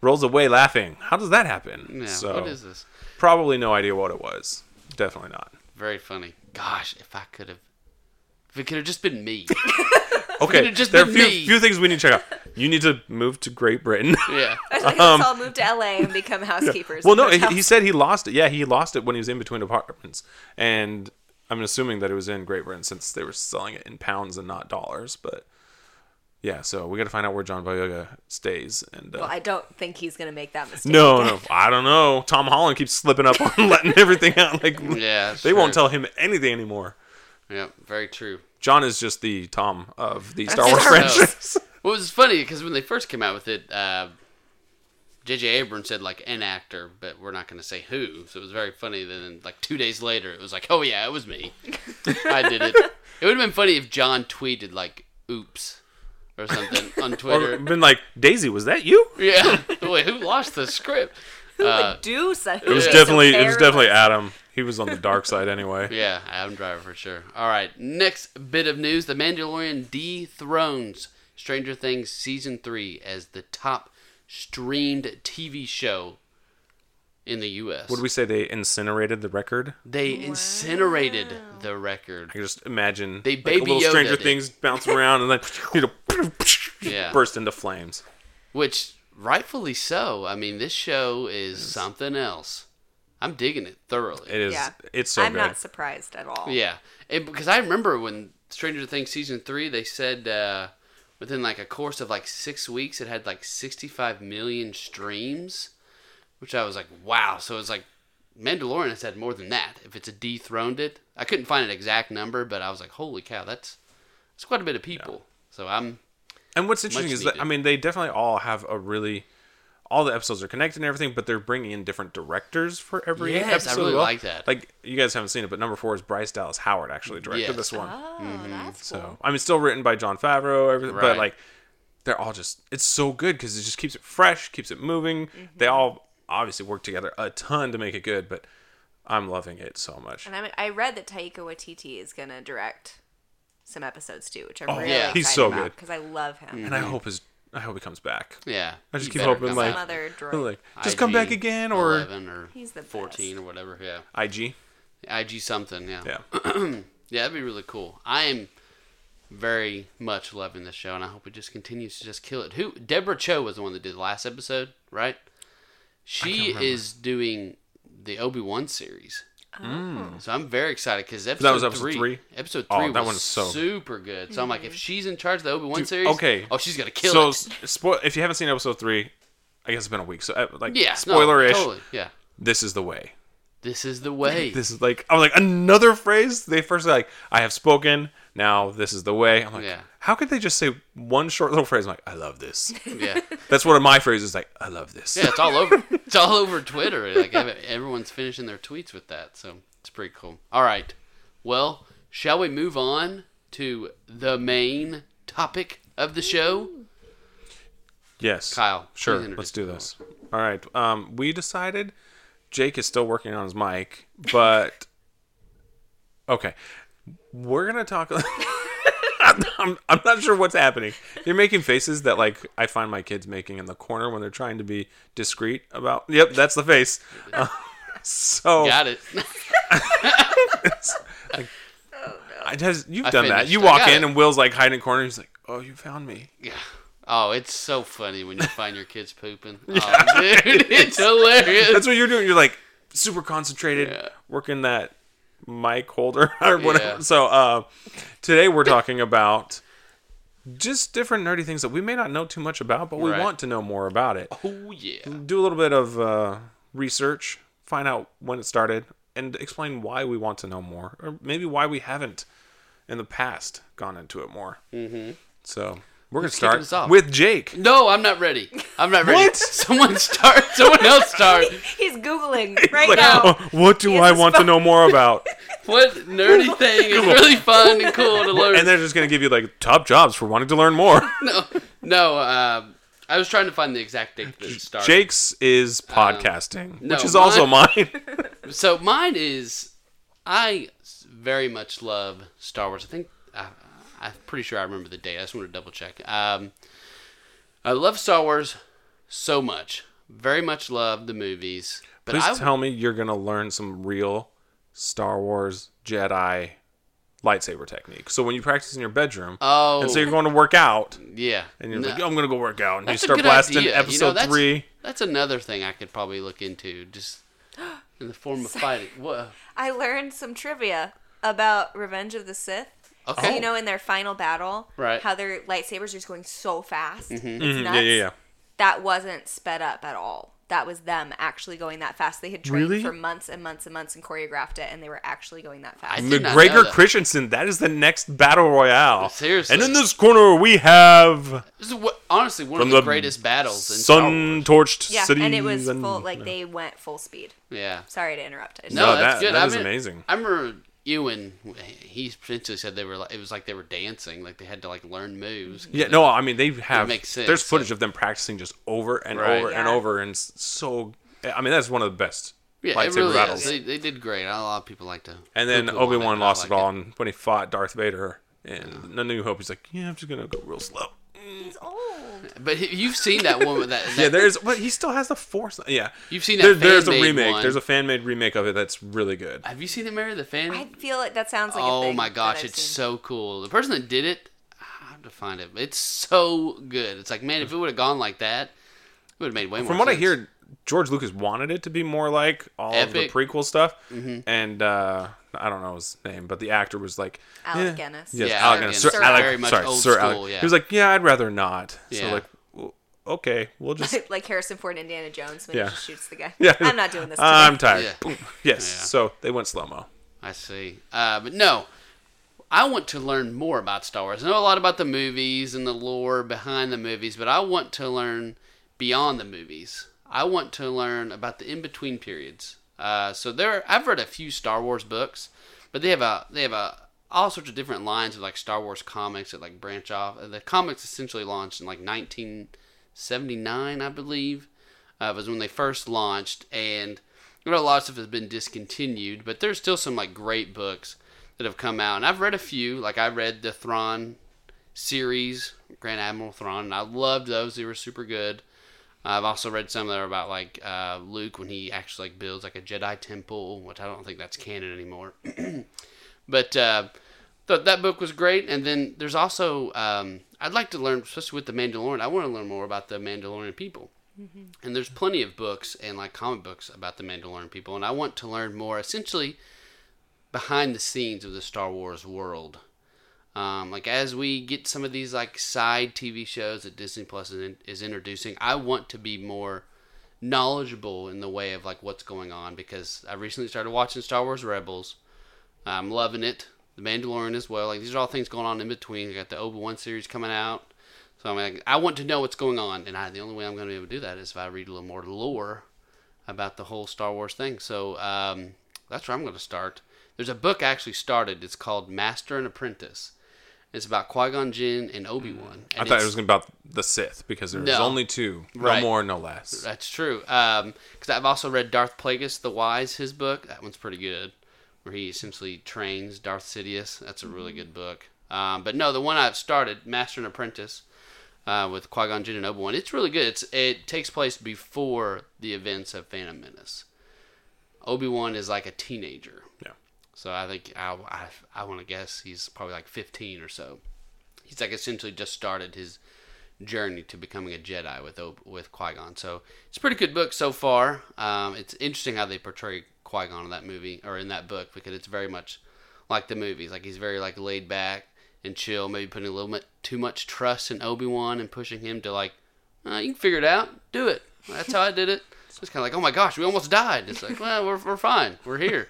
Speaker 2: Rolls away laughing. How does that happen?
Speaker 1: Yeah,
Speaker 2: so
Speaker 1: what is this?
Speaker 2: probably no idea what it was. Definitely not.
Speaker 1: Very funny. Gosh, if I could have, if it could have just been me.
Speaker 2: Okay,
Speaker 1: could've just
Speaker 2: there are
Speaker 1: been
Speaker 2: few,
Speaker 1: me.
Speaker 2: few things we need to check out. You need to move to Great Britain.
Speaker 1: yeah.
Speaker 3: I was like, let's all move to LA and become
Speaker 2: um,
Speaker 3: housekeepers.
Speaker 2: well, no, he,
Speaker 3: in
Speaker 2: he
Speaker 3: hotels.
Speaker 2: said he lost it. Yeah, he lost it when he was in between apartments, and I'm assuming that it was in Great Britain since they were selling it in pounds and not dollars. But yeah, so we got to find out where John Boyega stays. And uh,
Speaker 3: Well, I don't think he's gonna make that mistake.
Speaker 2: no, no, I don't know. Tom Holland keeps slipping up on letting everything out. Like
Speaker 1: Yeah,
Speaker 2: they won't
Speaker 1: sure.
Speaker 2: tell him anything anymore.
Speaker 1: Yeah, very true.
Speaker 2: John is just the Tom of the Star
Speaker 3: it.
Speaker 2: Wars
Speaker 3: Star Wars.
Speaker 2: franchise.
Speaker 1: What was funny because when they first came out with it, uh, J.J. Abrams said like an actor, but we're not going to say who. So it was very funny. that Then like two days later, it was like, oh yeah, it was me. I did it. It would have been funny if John tweeted like, "Oops" or something on
Speaker 2: Or
Speaker 1: Twitter.
Speaker 2: been like Daisy, was that you?
Speaker 1: yeah. Wait, who lost the script?
Speaker 3: Who would do such?
Speaker 2: It was definitely it was definitely Adam. He was on the dark side anyway.
Speaker 1: Yeah, Adam Driver for sure. All right, next bit of news: The Mandalorian dethrones Stranger Things season three as the top streamed TV show in the U.S.
Speaker 2: What Would we say they incinerated the record?
Speaker 1: They incinerated the record.
Speaker 2: I can just imagine
Speaker 1: They
Speaker 2: like,
Speaker 1: Baby
Speaker 2: a little Stranger
Speaker 1: Yoda'd it.
Speaker 2: Things bouncing around and then you know,
Speaker 1: Yeah.
Speaker 2: burst into flames.
Speaker 1: Which, rightfully so. I mean, this show is something else. I'm digging it thoroughly.
Speaker 2: It is
Speaker 3: Yeah.
Speaker 2: it's so
Speaker 3: I'm
Speaker 2: good.
Speaker 3: not surprised at all.
Speaker 1: yeah. It, because I remember when Stranger Things season three, they said uh, within like a course of like six weeks, it had like 65 million streams, which I was like, wow. So it's like Mandalorian has had more than that. If it's a dethroned it, I couldn't find an exact number, but I was like, holy cow, that's, that's quite a bit of people. So I'm.
Speaker 2: And what's interesting
Speaker 1: Much
Speaker 2: is that I
Speaker 1: needed.
Speaker 2: mean they definitely all have a really all the episodes are connected and everything, but they're bringing in different directors for every
Speaker 1: Yes, I
Speaker 2: episode. as
Speaker 1: really
Speaker 2: well.
Speaker 1: like that.
Speaker 2: Like you guys haven't seen it, but number four is Bryce Dallas Howard actually directed
Speaker 1: Yes.
Speaker 2: this one.
Speaker 3: Oh,
Speaker 1: Mm-hmm.
Speaker 3: that's cool.
Speaker 2: So I mean, it's still written by John Favreau, everything, but
Speaker 1: Right.
Speaker 2: like they're all just it's so good because it just keeps it fresh, keeps it moving.
Speaker 3: Mm-hmm.
Speaker 2: They all obviously work together a ton to make it good, but I'm loving it so much.
Speaker 3: And I, I read that Taika Waititi is gonna direct some episodes too, which I'm really
Speaker 1: yeah.
Speaker 3: yeah.
Speaker 2: Oh, He's so good.
Speaker 3: because I love him.
Speaker 2: And I hope his I hope he comes back.
Speaker 1: Yeah.
Speaker 2: I just
Speaker 1: he
Speaker 2: keep
Speaker 1: better
Speaker 2: hoping
Speaker 1: come
Speaker 2: like,
Speaker 1: out.
Speaker 3: Some other droid.
Speaker 2: like just come back
Speaker 1: IG
Speaker 2: again or
Speaker 1: 11 or
Speaker 3: He's the
Speaker 1: 14
Speaker 3: best.
Speaker 1: or whatever. Yeah,
Speaker 2: IG.
Speaker 1: IG something. Yeah. yeah,
Speaker 2: Yeah,
Speaker 1: that'd be really cool. I am very much loving this show, and I hope it just continues to just kill it. Who Deborah Cho was the one that did the last episode, right? She is doing the Obi wan series. So I'm very excited because episode,
Speaker 2: was episode
Speaker 1: three,
Speaker 2: three?
Speaker 1: Episode
Speaker 2: Oh,
Speaker 1: three
Speaker 2: that
Speaker 1: was
Speaker 2: one is so good.
Speaker 1: super good. So I'm like, if she's in charge of the Obi wan
Speaker 2: Dude,
Speaker 1: series,
Speaker 2: okay.
Speaker 1: oh, she's gonna kill
Speaker 2: so
Speaker 1: it.
Speaker 2: s- spoil if you haven't seen episode three. I guess it's been a week, so uh, like
Speaker 1: Yeah, no,
Speaker 2: spoiler-ish.
Speaker 1: totally, yeah,
Speaker 2: This is the way.
Speaker 1: this is the way.
Speaker 2: This is like I was like another phrase. They first like I have spoken. Now this is the way. I'm like,
Speaker 1: Yeah.
Speaker 2: how could they just say one short little phrase? I'm like, I love this.
Speaker 1: yeah.
Speaker 2: That's one of my phrases. Like, I love this.
Speaker 1: Yeah, it's all over. it's all over Twitter. Like ev- everyone's finishing their tweets with that, so it's pretty cool. All right, well, shall we move on to the main topic of the show?
Speaker 2: Yes,
Speaker 1: Kyle,
Speaker 2: Sure,
Speaker 1: please introduce
Speaker 2: let's do
Speaker 1: the
Speaker 2: this. All right. Um, we decided Jake is still working on his mic, but okay, we're gonna talk. I'm, I'm not sure what's happening. You're making faces that like I find my kids making in the corner when they're trying to be discreet about. Yep, that's the face. Uh, so
Speaker 1: Got it.
Speaker 2: I just you've
Speaker 1: I
Speaker 2: done that.
Speaker 1: finished.
Speaker 2: You
Speaker 1: I
Speaker 2: walk
Speaker 1: got
Speaker 2: in
Speaker 1: it.
Speaker 2: and Will's like hiding in the corner. He's like, "Oh, you found me."
Speaker 1: Yeah. Oh, it's so funny when you find your kids pooping. Oh, dude, it's hilarious.
Speaker 2: That's what you're doing. You're like super concentrated,
Speaker 1: Yeah.
Speaker 2: working that mic holder or whatever.
Speaker 1: Yeah.
Speaker 2: So uh, today we're talking about just different nerdy things that we may not know too much about, but we
Speaker 1: Right.
Speaker 2: want to know more about it.
Speaker 1: Oh yeah.
Speaker 2: Do a little bit of uh, research, find out when it started, and explain why we want to know more, or maybe why we haven't in the past gone into it more. Mm-hmm. So we're gonna
Speaker 1: kick us
Speaker 2: start
Speaker 1: off.
Speaker 2: with Jake.
Speaker 1: No, I'm not ready. I'm not ready.
Speaker 2: What?
Speaker 1: Someone start. Someone else start.
Speaker 3: He's googling right
Speaker 2: Like,
Speaker 3: now.
Speaker 2: "Oh, what do
Speaker 3: He has
Speaker 2: I
Speaker 3: his
Speaker 2: want to
Speaker 3: phone.
Speaker 2: know more about?
Speaker 1: What nerdy thing is really fun and cool to learn?
Speaker 2: and they're just gonna give you like top jobs for wanting to learn more.
Speaker 1: no, no. Uh, I was trying to find the exact date that it started.
Speaker 2: Jake's is podcasting,
Speaker 1: Um, no,
Speaker 2: which is also mine.
Speaker 1: So mine is, I s- very much love Star Wars. I think I, I'm pretty sure I remember the date. I just want to double check. Um, I love Star Wars so much. Very much love the movies. But
Speaker 2: Please
Speaker 1: I,
Speaker 2: tell me you're gonna learn some real Star Wars Jedi lightsaber technique. So when you practice in your bedroom,
Speaker 1: Oh.
Speaker 2: and so you're going to work out,
Speaker 1: yeah,
Speaker 2: and you're
Speaker 1: No.
Speaker 2: like, I'm gonna go work out, and
Speaker 1: That's a
Speaker 2: you start
Speaker 1: good
Speaker 2: blasting
Speaker 1: idea. You know,
Speaker 2: episode
Speaker 1: that's-
Speaker 2: three.
Speaker 1: That's another thing I could probably look into, just in the form of fighting. What?
Speaker 3: I learned some trivia about Revenge of the Sith. So
Speaker 1: Okay.
Speaker 3: you know, in their final battle,
Speaker 1: Right. Mm-hmm.
Speaker 3: how their lightsabers are just going so fast, it's
Speaker 2: Mm,
Speaker 3: nuts.
Speaker 2: Yeah, yeah, yeah.
Speaker 3: That wasn't sped up at all. That was them actually going that fast. They had trained
Speaker 2: Really?
Speaker 3: for months and months and months and choreographed it, and they were actually going that fast.
Speaker 1: I did not know
Speaker 2: McGregor
Speaker 1: that.
Speaker 2: Christensen, that is the next battle royale.
Speaker 1: Seriously.
Speaker 2: And in this corner we have
Speaker 1: This is what, honestly one
Speaker 2: From
Speaker 1: of the,
Speaker 2: the
Speaker 1: greatest battles in Star Wars.
Speaker 2: sun torched
Speaker 3: yeah,
Speaker 2: cities.
Speaker 3: and it was
Speaker 2: and-
Speaker 3: full. Like they went full speed.
Speaker 1: Yeah.
Speaker 3: Sorry to interrupt. I just-
Speaker 1: No,
Speaker 2: No,
Speaker 1: that's
Speaker 2: that-
Speaker 1: good.
Speaker 2: that
Speaker 1: I
Speaker 2: is
Speaker 1: mean,
Speaker 2: amazing.
Speaker 1: I remember Ewan. He potentially said they were. like It was like they were dancing. Like they had to like learn moves.
Speaker 2: Yeah, no, I mean they have.
Speaker 1: makes sense,
Speaker 2: there's footage
Speaker 1: so-
Speaker 2: of them practicing just over and
Speaker 1: Right.
Speaker 2: over and
Speaker 3: Yeah.
Speaker 2: over, and s- so I mean that's one of the best
Speaker 1: Yeah, it
Speaker 2: lightsaber
Speaker 1: really
Speaker 2: battles.
Speaker 1: is. They, they did great. A lot of people like to.
Speaker 2: And then
Speaker 1: poo-poo on
Speaker 2: Obi Wan
Speaker 1: but I
Speaker 2: lost it
Speaker 1: like
Speaker 2: all, and when he fought Darth Vader in the New Hope, he's like, "Yeah, I'm just gonna go real slow."
Speaker 3: He's old.
Speaker 1: But he- you've seen that one with that. that
Speaker 2: Yeah, there's, but he still has the Force. Yeah,
Speaker 1: You've seen
Speaker 2: There-
Speaker 1: that
Speaker 2: there's a
Speaker 1: fan-made
Speaker 2: remake.
Speaker 1: one.
Speaker 2: There's a fan made remake of it that's really good.
Speaker 1: Have you seen the Mary the Fan?
Speaker 3: I feel like that sounds like. a
Speaker 1: oh
Speaker 3: thing
Speaker 1: my
Speaker 3: that
Speaker 1: gosh,
Speaker 3: I've
Speaker 1: it's
Speaker 3: seen.
Speaker 1: so cool. The person that did it, I have to find it. but It's so good. It's like man, if it would have gone like that, it would have made way more.
Speaker 2: From what I
Speaker 1: sense.
Speaker 2: hear, George Lucas wanted it to be more like all
Speaker 1: Epic.
Speaker 2: of the prequel stuff, and uh, I don't know his name, but the actor was like "Eh."
Speaker 3: Alec Guinness.
Speaker 2: Yes,
Speaker 1: Yeah,
Speaker 2: yeah, Alec
Speaker 1: Alec
Speaker 2: Guinness.
Speaker 1: Guinness.
Speaker 2: Sir
Speaker 1: Very
Speaker 2: Alec,
Speaker 1: much
Speaker 2: sorry,
Speaker 1: old
Speaker 2: Sir
Speaker 1: school,
Speaker 2: Alec.
Speaker 1: yeah.
Speaker 2: He was like, "Yeah, I'd rather not." So
Speaker 1: Yeah.
Speaker 2: like, w- okay, we'll just
Speaker 3: like Harrison Ford and Indiana Jones when
Speaker 2: Yeah.
Speaker 3: he just shoots the guy.
Speaker 2: yeah. Um,
Speaker 3: I'm not doing this. Today.
Speaker 2: I'm tired.
Speaker 1: Yeah.
Speaker 2: Boom. Yes.
Speaker 1: Yeah.
Speaker 2: So they went slow mo.
Speaker 1: I see. Uh, but no, I want to learn more about Star Wars. I know a lot about the movies and the lore behind the movies, but I want to learn beyond the movies. I want to learn about the in between periods. Uh, so there, I've read a few Star Wars books, but they have a they have a all sorts of different lines of like Star Wars comics that like branch off. Uh, The comics essentially launched in like 1979, I believe, uh, was when they first launched, and you know, a lot of stuff has been discontinued, but there's still some like great books that have come out, and I've read a few. Like I read the Thrawn series, Grand Admiral Thrawn, and I loved those. They were super good. I've also read some that are about like uh, Luke when he actually like builds like a Jedi temple, which I don't think that's canon anymore. But uh, th- that book was great. And then there's also, um, I'd like to learn, especially with The Mandalorian, I want to learn more about the Mandalorian people. And there's plenty of books and like comic books about the Mandalorian people. And I want to learn more essentially behind the scenes of the Star Wars world. Um, like as we get some of these like side TV shows that Disney Plus is, in, is introducing, I want to be more knowledgeable in the way of like what's going on because I recently started watching Star Wars Rebels. I'm loving it. The Mandalorian as well. Like these are all things going on in between. You got the Obi Wan series coming out. So I'm like, I want to know what's going on, and I, the only way I'm going to be able to do that is if I read a little more lore about the whole Star Wars thing. So um, that's where I'm going to start. There's a book I actually started. It's called Master and Apprentice. It's about Qui Gon Jinn and Obi Wan.
Speaker 2: Mm. I thought it was gonna be about the Sith because there's
Speaker 1: No.
Speaker 2: only two,
Speaker 1: Right.
Speaker 2: no more, no less.
Speaker 1: That's true. Because I've also read Darth Plagueis the Wise, his book. That one's pretty good, where he essentially trains Darth Sidious. That's a really good book. Um, but no, the one I've started, Master and Apprentice, uh, with Qui Gon Jinn and Obi Wan, it's really good. It's, it takes place before the events of Phantom Menace. Obi Wan is like a teenager.
Speaker 2: Yeah.
Speaker 1: So I think I, I, I want to guess he's probably like 15 or so. He's like essentially just started his journey to becoming a Jedi with Ob- with Qui Gon. So it's a pretty good book so far. Um, it's interesting how they portray Qui Gon in that movie or in that book because it's very much like the movies. Like he's very like laid back. and chill. Maybe putting a little bit too much trust in Obi Wan and pushing him to like, uh, you can figure it out. Do it. That's how I did it. So it's kind of like, oh my gosh, we almost died. It's like, well, we're, we're fine. We're here.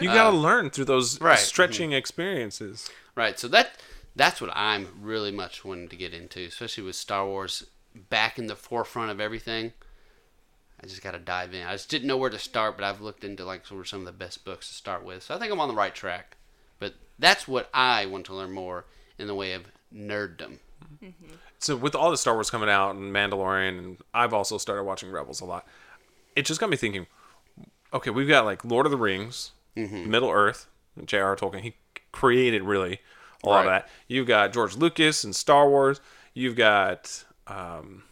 Speaker 2: You gotta learn through those
Speaker 1: Uh, right. Mm-hmm.
Speaker 2: stretching experiences.
Speaker 1: Right. So that that's what I'm really much wanting to get into, especially with Star Wars back in the forefront of everything. I just got to dive in. I just didn't know where to start, but I've looked into like sort of some of the best books to start with. So I think I'm on the right track. But that's what I want to learn more in the way of nerddom.
Speaker 2: So with all the Star Wars coming out and Mandalorian, and I've also started watching Rebels a lot. It just got me thinking. Okay, we've got like Lord of the Rings, Middle Earth, J.R.R. Tolkien. He created really a lot of
Speaker 1: Right.
Speaker 2: that. You've got George Lucas and Star Wars. You've got um,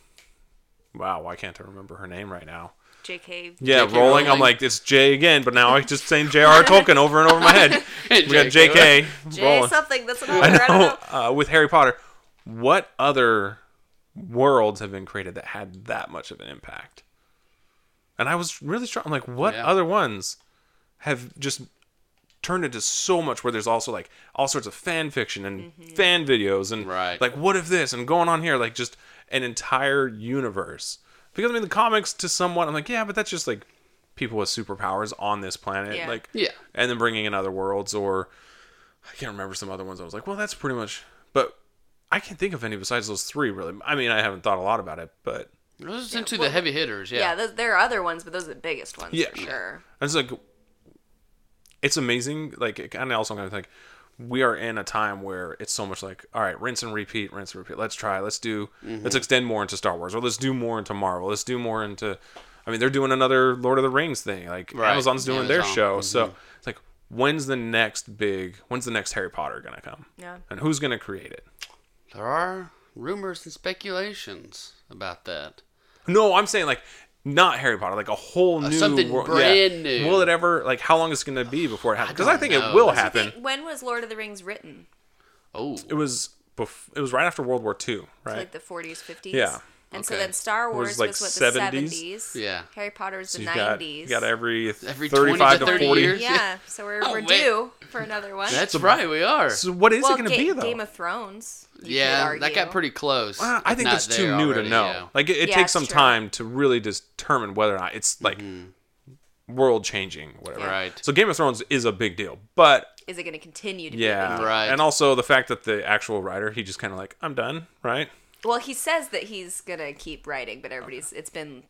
Speaker 2: wow, why can't I remember her name right now?
Speaker 3: J.K.
Speaker 2: Yeah,
Speaker 1: J.K.
Speaker 2: rolling. I'm
Speaker 1: Rowling.
Speaker 2: like, it's J again, but now I'm just saying J.R.R. Tolkien over and over my head. We got J.K.
Speaker 1: J.K.
Speaker 3: J.
Speaker 2: Rowling.
Speaker 3: Something. That's another. I, don't know.
Speaker 2: Uh, with Harry Potter, what other worlds have been created that had that much of an impact? And I was really strong. I'm like, what
Speaker 1: Yeah.
Speaker 2: other ones have just turned into so much where there's also like all sorts of fan fiction and fan videos and
Speaker 1: Mm-hmm. Right.
Speaker 2: like what if this and going on here like just an entire universe because I mean the comics to someone I'm like yeah but that's just like people with superpowers on this planet
Speaker 3: Yeah.
Speaker 2: like
Speaker 1: Yeah.
Speaker 2: and then bringing in other worlds or I can't remember some other ones I was like well that's pretty much but I can't think of any besides those three really I mean I haven't thought a lot about it but
Speaker 1: Those are essentially the heavy hitters. Yeah.
Speaker 3: Yeah, those, there are other ones, but those are the biggest ones
Speaker 2: Yeah.
Speaker 3: for sure.
Speaker 2: I was like, it's amazing. Like, it kind of also kind of think we are in a time where it's so much like, all right, rinse and repeat, rinse and repeat. Let's try. Let's do. Let's extend more into Star Wars, or let's do more into Marvel. Let's do more into. I mean, they're doing another Lord of the Rings thing. Like
Speaker 1: Right.
Speaker 2: Amazon's doing their
Speaker 1: Amazon.
Speaker 2: show. So it's like, when's the next big? When's the next Harry Potter gonna come?
Speaker 3: Yeah.
Speaker 2: And who's gonna create it?
Speaker 1: There are rumors and speculations about that.
Speaker 2: No, I'm saying like not Harry Potter, like a whole new
Speaker 1: Uh, something
Speaker 2: world-
Speaker 1: brand new.
Speaker 2: Will it ever? Like, how long is it gonna be before it happens? Because I,
Speaker 1: don't
Speaker 2: think
Speaker 1: know.
Speaker 2: it will
Speaker 1: That's the
Speaker 2: happen.
Speaker 3: When was Lord of the Rings written?
Speaker 1: Oh,
Speaker 2: it was bef- it was right after World War II, right?
Speaker 3: Like the 40s, 50s.
Speaker 2: Yeah.
Speaker 3: And so
Speaker 1: Okay.
Speaker 3: then Star Wars was,
Speaker 2: like,
Speaker 3: what the
Speaker 2: 70s?
Speaker 3: 70s.
Speaker 1: Yeah.
Speaker 3: Harry Potter was the
Speaker 2: you got,
Speaker 3: 90s.
Speaker 2: you got every,
Speaker 1: Every 20 to
Speaker 2: 35 to,
Speaker 1: 30
Speaker 2: 40
Speaker 1: years.
Speaker 3: yeah. So we're,
Speaker 1: Oh,
Speaker 3: we're
Speaker 1: wait.
Speaker 3: due for another one.
Speaker 1: that's right. We are.
Speaker 2: So what is
Speaker 3: well,
Speaker 2: it going to
Speaker 3: Ga-
Speaker 2: be though?
Speaker 3: Game of Thrones. you could
Speaker 1: yeah,
Speaker 3: argue.
Speaker 1: that got pretty close.
Speaker 2: Uh, I
Speaker 1: if
Speaker 2: think
Speaker 1: not
Speaker 2: that's too
Speaker 1: there
Speaker 2: new
Speaker 1: already,
Speaker 2: to know.
Speaker 1: yeah.
Speaker 2: Like it, it
Speaker 3: Yeah,
Speaker 2: takes some
Speaker 3: that's true.
Speaker 2: time to really determine whether or not it's like world changing, whatever.
Speaker 3: Yeah.
Speaker 1: Mm-hmm. Right.
Speaker 2: So Game of Thrones is a big deal, but
Speaker 3: Is it going to continue to be? a
Speaker 2: yeah,
Speaker 3: big deal?
Speaker 1: Right.
Speaker 2: And also the fact that the actual writer he just kind of like I'm done, right?
Speaker 3: Well, he says that he's going to keep writing, but everybody's. It's been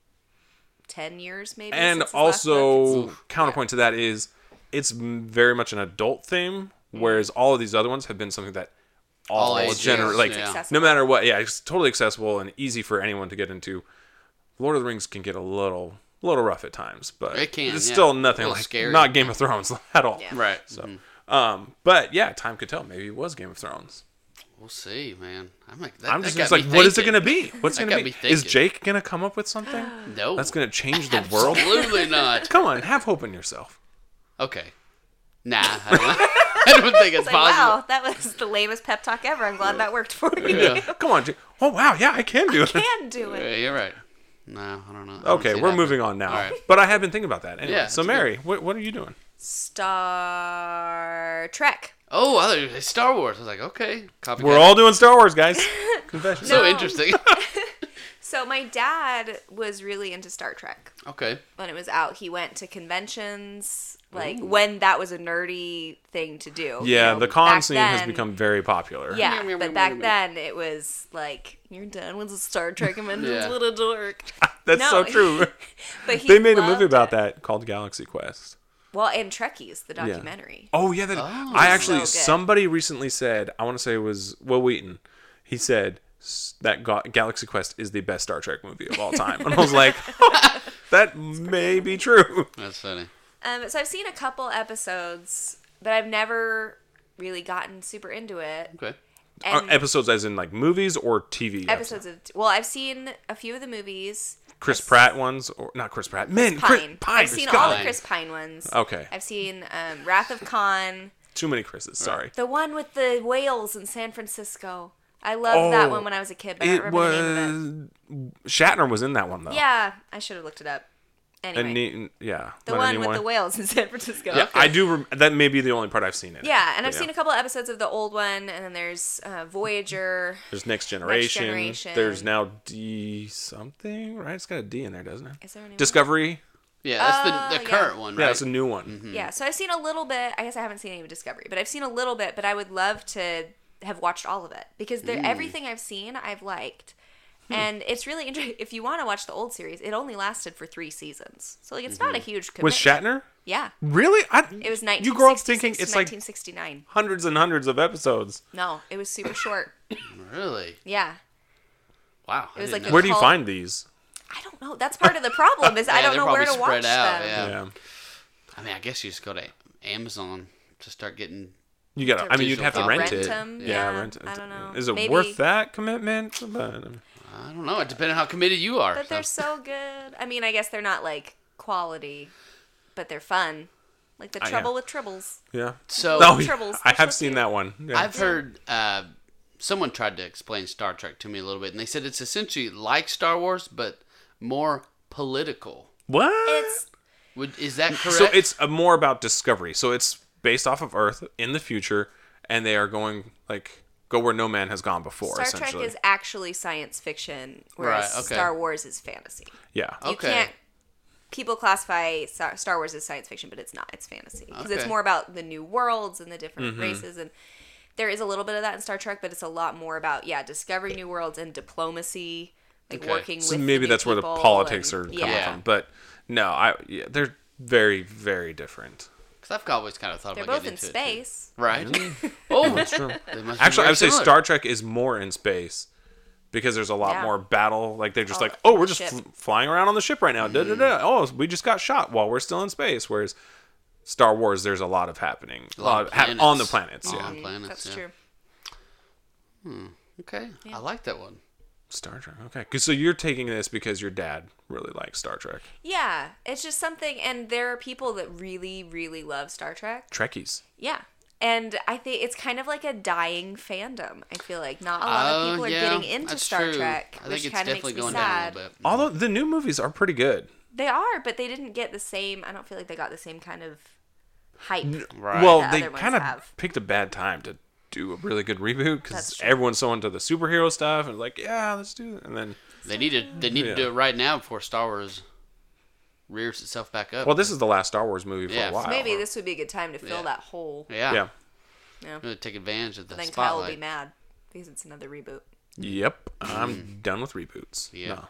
Speaker 3: 10 years maybe.
Speaker 2: and
Speaker 3: since his last book.
Speaker 2: also counterpoint to that is it's m- very much an adult theme whereas all of these other ones have been something that all,
Speaker 1: Mm-hmm. All ages,
Speaker 2: gener- like
Speaker 1: yeah.
Speaker 2: no
Speaker 3: Accessible.
Speaker 2: matter what yeah it's totally accessible and easy for anyone to get into lord of the rings can get a little little rough at times but
Speaker 1: It can,
Speaker 2: it's
Speaker 1: yeah.
Speaker 2: still
Speaker 1: A
Speaker 2: nothing
Speaker 1: little
Speaker 2: like
Speaker 1: scary.
Speaker 2: not game of thrones at all
Speaker 3: Yeah.
Speaker 1: Right. Mm-hmm.
Speaker 2: so um but yeah time could tell maybe it was game of thrones
Speaker 1: We'll see, man. I'm like, that,
Speaker 2: i'm
Speaker 1: that
Speaker 2: just,
Speaker 1: got
Speaker 2: it's like
Speaker 1: me
Speaker 2: what is it
Speaker 1: thinking.
Speaker 2: gonna be what's it
Speaker 1: That
Speaker 2: gonna
Speaker 1: got
Speaker 2: be
Speaker 1: me
Speaker 2: is
Speaker 1: thinking.
Speaker 2: jake gonna come up with something
Speaker 1: No,
Speaker 2: that's gonna change the world
Speaker 1: absolutely not.
Speaker 2: come on have hope in yourself
Speaker 1: Okay, nah, I don't, I don't think it's,
Speaker 3: It's like,
Speaker 1: possible.
Speaker 3: wow, that was the lamest pep talk ever. I'm glad that worked for me.
Speaker 1: Yeah.
Speaker 2: Come on, Jake. Oh wow, yeah, I can do it.
Speaker 3: Can do it.
Speaker 1: Yeah, you're right. No, I don't know. I don't
Speaker 2: Okay,
Speaker 1: see it
Speaker 2: we're
Speaker 1: happening.
Speaker 2: moving on now.
Speaker 1: All right.
Speaker 2: But I have been thinking about that. Anyway,
Speaker 1: Yeah,
Speaker 2: so
Speaker 1: that's
Speaker 2: Mary, what, what are you doing?
Speaker 3: Star Trek.
Speaker 1: Oh, I thought you said Star Wars. I was like, okay, copycat.
Speaker 2: We're all doing Star Wars, guys. Confession.
Speaker 1: so
Speaker 3: No.
Speaker 1: interesting.
Speaker 3: So my dad was really into Star Trek
Speaker 1: okay,
Speaker 3: when it was out. He went to conventions, like when that was a nerdy thing to do. you
Speaker 2: yeah,
Speaker 3: know,
Speaker 2: the con
Speaker 3: back
Speaker 2: scene has
Speaker 3: then-
Speaker 2: become very popular.
Speaker 3: Yeah,
Speaker 1: Meow, meow, meow,
Speaker 3: but
Speaker 1: meow,
Speaker 3: back
Speaker 1: meow.
Speaker 3: then it was like you're done with the Star Trek conventions,
Speaker 1: Yeah.
Speaker 3: what a dork.
Speaker 2: That's
Speaker 3: No,
Speaker 2: so true.
Speaker 3: But he
Speaker 2: they made a
Speaker 3: loved
Speaker 2: movie about
Speaker 3: it.
Speaker 2: that called Galaxy Quest.
Speaker 3: Well, and Trekkies, the documentary.
Speaker 2: Oh yeah, that I actually
Speaker 3: So good.
Speaker 2: somebody recently said I want to say it was Will Wheaton. He said s- that Ga- Galaxy Quest is the best Star Trek movie of all time, and I was like, that may be true.
Speaker 1: that's funny.
Speaker 3: Um, so I've seen a couple episodes, but I've never really gotten super into it.
Speaker 1: Okay,
Speaker 2: Are
Speaker 3: And
Speaker 2: Uh, episodes as in like movies or TV episodes.
Speaker 3: episodes of well, I've seen a few of the movies.
Speaker 2: Chris Pratt ones or not Chris Pratt? Men, Chris
Speaker 3: Pine.
Speaker 2: Pine.
Speaker 3: I've seen all
Speaker 2: God.
Speaker 3: the Chris Pine ones.
Speaker 2: Okay.
Speaker 3: I've seen um, Wrath of Khan,
Speaker 2: Too many Chris's. Sorry.
Speaker 3: the one with the whales in San Francisco. I loved that
Speaker 2: Oh,
Speaker 3: one when I was a kid, but I
Speaker 2: It
Speaker 3: don't remember the name of it.
Speaker 2: was Shatner was in that one though.
Speaker 3: Yeah, I should have looked it up. Anyway,
Speaker 2: And ne- yeah,
Speaker 3: the
Speaker 2: but
Speaker 3: one
Speaker 2: anyway.
Speaker 3: with the whales in San Francisco.
Speaker 2: Yeah, I do. Rem- that may be the only part I've seen in it.
Speaker 3: Yeah, and I've
Speaker 2: But
Speaker 3: seen a couple episodes of the old one, and then there's uh, Voyager.
Speaker 2: There's next generation.
Speaker 3: Generation.
Speaker 2: There's now D something, right? It's got a D in there, doesn't it?
Speaker 3: Is there a new one?
Speaker 2: Discovery.
Speaker 1: Yeah, that's the,
Speaker 3: Oh,
Speaker 1: the
Speaker 3: yeah.
Speaker 1: current one, right?
Speaker 2: Yeah, it's a new one.
Speaker 3: Yeah, so I've seen a little bit. I guess I haven't seen any of Discovery, but I've seen a little bit. But I would love to have watched all of it because there, everything I've seen, I've liked. And it's really interesting. If you want to watch the old series, it only lasted for three seasons, so like it's not a huge commitment.
Speaker 2: With Shatner.
Speaker 3: yeah,
Speaker 2: Really? I,
Speaker 3: it was nineteen.
Speaker 2: You grow up thinking it's like
Speaker 3: 1969.
Speaker 2: hundreds and hundreds of episodes.
Speaker 3: No, it was super short.
Speaker 1: Really?
Speaker 3: Yeah,
Speaker 1: Wow. It
Speaker 3: was like a-
Speaker 2: Where do you
Speaker 3: Cult.
Speaker 2: find these?
Speaker 3: I don't know. That's part of the problem is I
Speaker 1: Yeah,
Speaker 3: don't
Speaker 1: they're
Speaker 3: know where
Speaker 1: probably
Speaker 3: to watch
Speaker 1: spread out,
Speaker 3: them.
Speaker 1: yeah.
Speaker 2: Yeah.
Speaker 1: I mean, I guess you just go to Amazon to start getting.
Speaker 2: You gotta. I mean, you'd
Speaker 1: Digital
Speaker 2: have to
Speaker 1: copy.
Speaker 2: rent,
Speaker 3: Rent
Speaker 2: it.
Speaker 3: 'em,
Speaker 2: Yeah,
Speaker 3: yeah,
Speaker 2: rent it.
Speaker 3: I don't know.
Speaker 2: Is it
Speaker 3: Maybe-
Speaker 2: worth that commitment? But,
Speaker 1: I don't know. It depends on how committed you are.
Speaker 3: But
Speaker 1: so.
Speaker 3: they're so good. I mean, I guess they're not like quality, but they're fun. Like the
Speaker 2: yeah.
Speaker 3: trouble with tribbles.
Speaker 2: yeah.
Speaker 1: So-
Speaker 2: No,
Speaker 3: Tribbles,
Speaker 2: I
Speaker 3: they're so
Speaker 2: have seen
Speaker 3: cute.
Speaker 2: that one. Yeah.
Speaker 1: I've heard uh, someone tried to explain Star Trek to me a little bit, and they said it's essentially like Star Wars, but more political.
Speaker 2: what?
Speaker 3: It's
Speaker 1: Would is that correct?
Speaker 2: so it's uh more about discovery. So it's based off of Earth in the future, and they are going like go where no man has gone before.
Speaker 3: Star Trek
Speaker 2: essentially,
Speaker 3: is actually science fiction, whereas
Speaker 1: Right, okay.
Speaker 3: Star Wars is fantasy.
Speaker 2: yeah.
Speaker 3: You
Speaker 1: Okay.
Speaker 3: can't. People classify Star Star Wars as science fiction, but it's not. It's fantasy because it's
Speaker 1: Okay.
Speaker 3: more about the new worlds and the different
Speaker 2: Mm-hmm.
Speaker 3: races, and there is a little bit of that in Star Trek, but it's a lot more about yeah, discovering new worlds and diplomacy, like
Speaker 1: Okay.
Speaker 3: working
Speaker 2: So
Speaker 3: with.
Speaker 2: maybe
Speaker 3: new
Speaker 2: that's where the
Speaker 3: people
Speaker 2: politics
Speaker 3: and-
Speaker 2: are coming
Speaker 3: yeah.
Speaker 2: from. But no, I yeah, they're very very different.
Speaker 1: 'Cause I've always kind of thought
Speaker 3: They're
Speaker 1: about
Speaker 3: both
Speaker 1: getting
Speaker 3: in
Speaker 1: into it,
Speaker 3: space.
Speaker 1: too. right? oh, that's
Speaker 2: true.
Speaker 1: They must be
Speaker 2: Actually, I
Speaker 1: very
Speaker 2: would say
Speaker 1: similar.
Speaker 2: Star Trek is more in space because there's a lot
Speaker 3: Yeah.
Speaker 2: more battle. Like they're just
Speaker 3: Oh,
Speaker 2: like,
Speaker 3: the-
Speaker 2: oh,
Speaker 3: the
Speaker 2: we're just
Speaker 3: ship.
Speaker 2: fl- flying around on the ship right now. Da, da, da. Oh, we just got shot while we're still in space. Whereas Star Wars, there's a lot of happening a
Speaker 1: lot
Speaker 2: lot
Speaker 1: of
Speaker 2: of hap- on the
Speaker 1: planets.
Speaker 2: planets. Mm-hmm. Yeah,
Speaker 1: On planets,
Speaker 3: Mm, That's
Speaker 1: yeah.
Speaker 3: true.
Speaker 1: Okay, I like that one.
Speaker 2: Star Trek. Okay, 'Cause- so you're taking this because your dad really likes Star Trek.
Speaker 3: Yeah, it's just something, and there are people that really, really love Star Trek.
Speaker 2: Trekkies.
Speaker 3: Yeah. And I think it's kind of like a dying fandom. I feel like not a lot
Speaker 1: Oh,
Speaker 3: of people are
Speaker 1: yeah,
Speaker 3: getting into
Speaker 1: that's
Speaker 3: Star
Speaker 1: true.
Speaker 3: Trek,
Speaker 1: I think
Speaker 3: which
Speaker 1: it's
Speaker 3: kind of makes
Speaker 1: definitely
Speaker 3: me
Speaker 1: going down
Speaker 3: sad.
Speaker 1: a little bit.
Speaker 2: Although the new movies are pretty good.
Speaker 3: They are, but they didn't get the same. I don't feel like they got the same kind of hype.
Speaker 1: Right.
Speaker 2: Well,
Speaker 3: that
Speaker 2: they
Speaker 3: other ones
Speaker 2: kind of
Speaker 3: have.
Speaker 2: picked a bad time to do a really good reboot
Speaker 3: That's
Speaker 2: because
Speaker 3: true.
Speaker 2: everyone's so into the superhero stuff and like, yeah, let's do it. And then,
Speaker 1: They need to they need to
Speaker 2: Yeah.
Speaker 1: do it right now before Star Wars rears itself back up.
Speaker 2: well, this is the last Star Wars movie for
Speaker 1: Yeah,
Speaker 2: a
Speaker 1: so
Speaker 2: while.
Speaker 3: Maybe this would be a good time to fill
Speaker 1: Yeah.
Speaker 3: that hole.
Speaker 1: yeah,
Speaker 2: Yeah.
Speaker 3: Yeah.
Speaker 1: Really take advantage of the
Speaker 3: Then
Speaker 1: spotlight.
Speaker 3: Kyle will be mad because it's another reboot.
Speaker 2: Yep. I'm done with reboots.
Speaker 1: Mm-hmm. Yeah.
Speaker 2: No.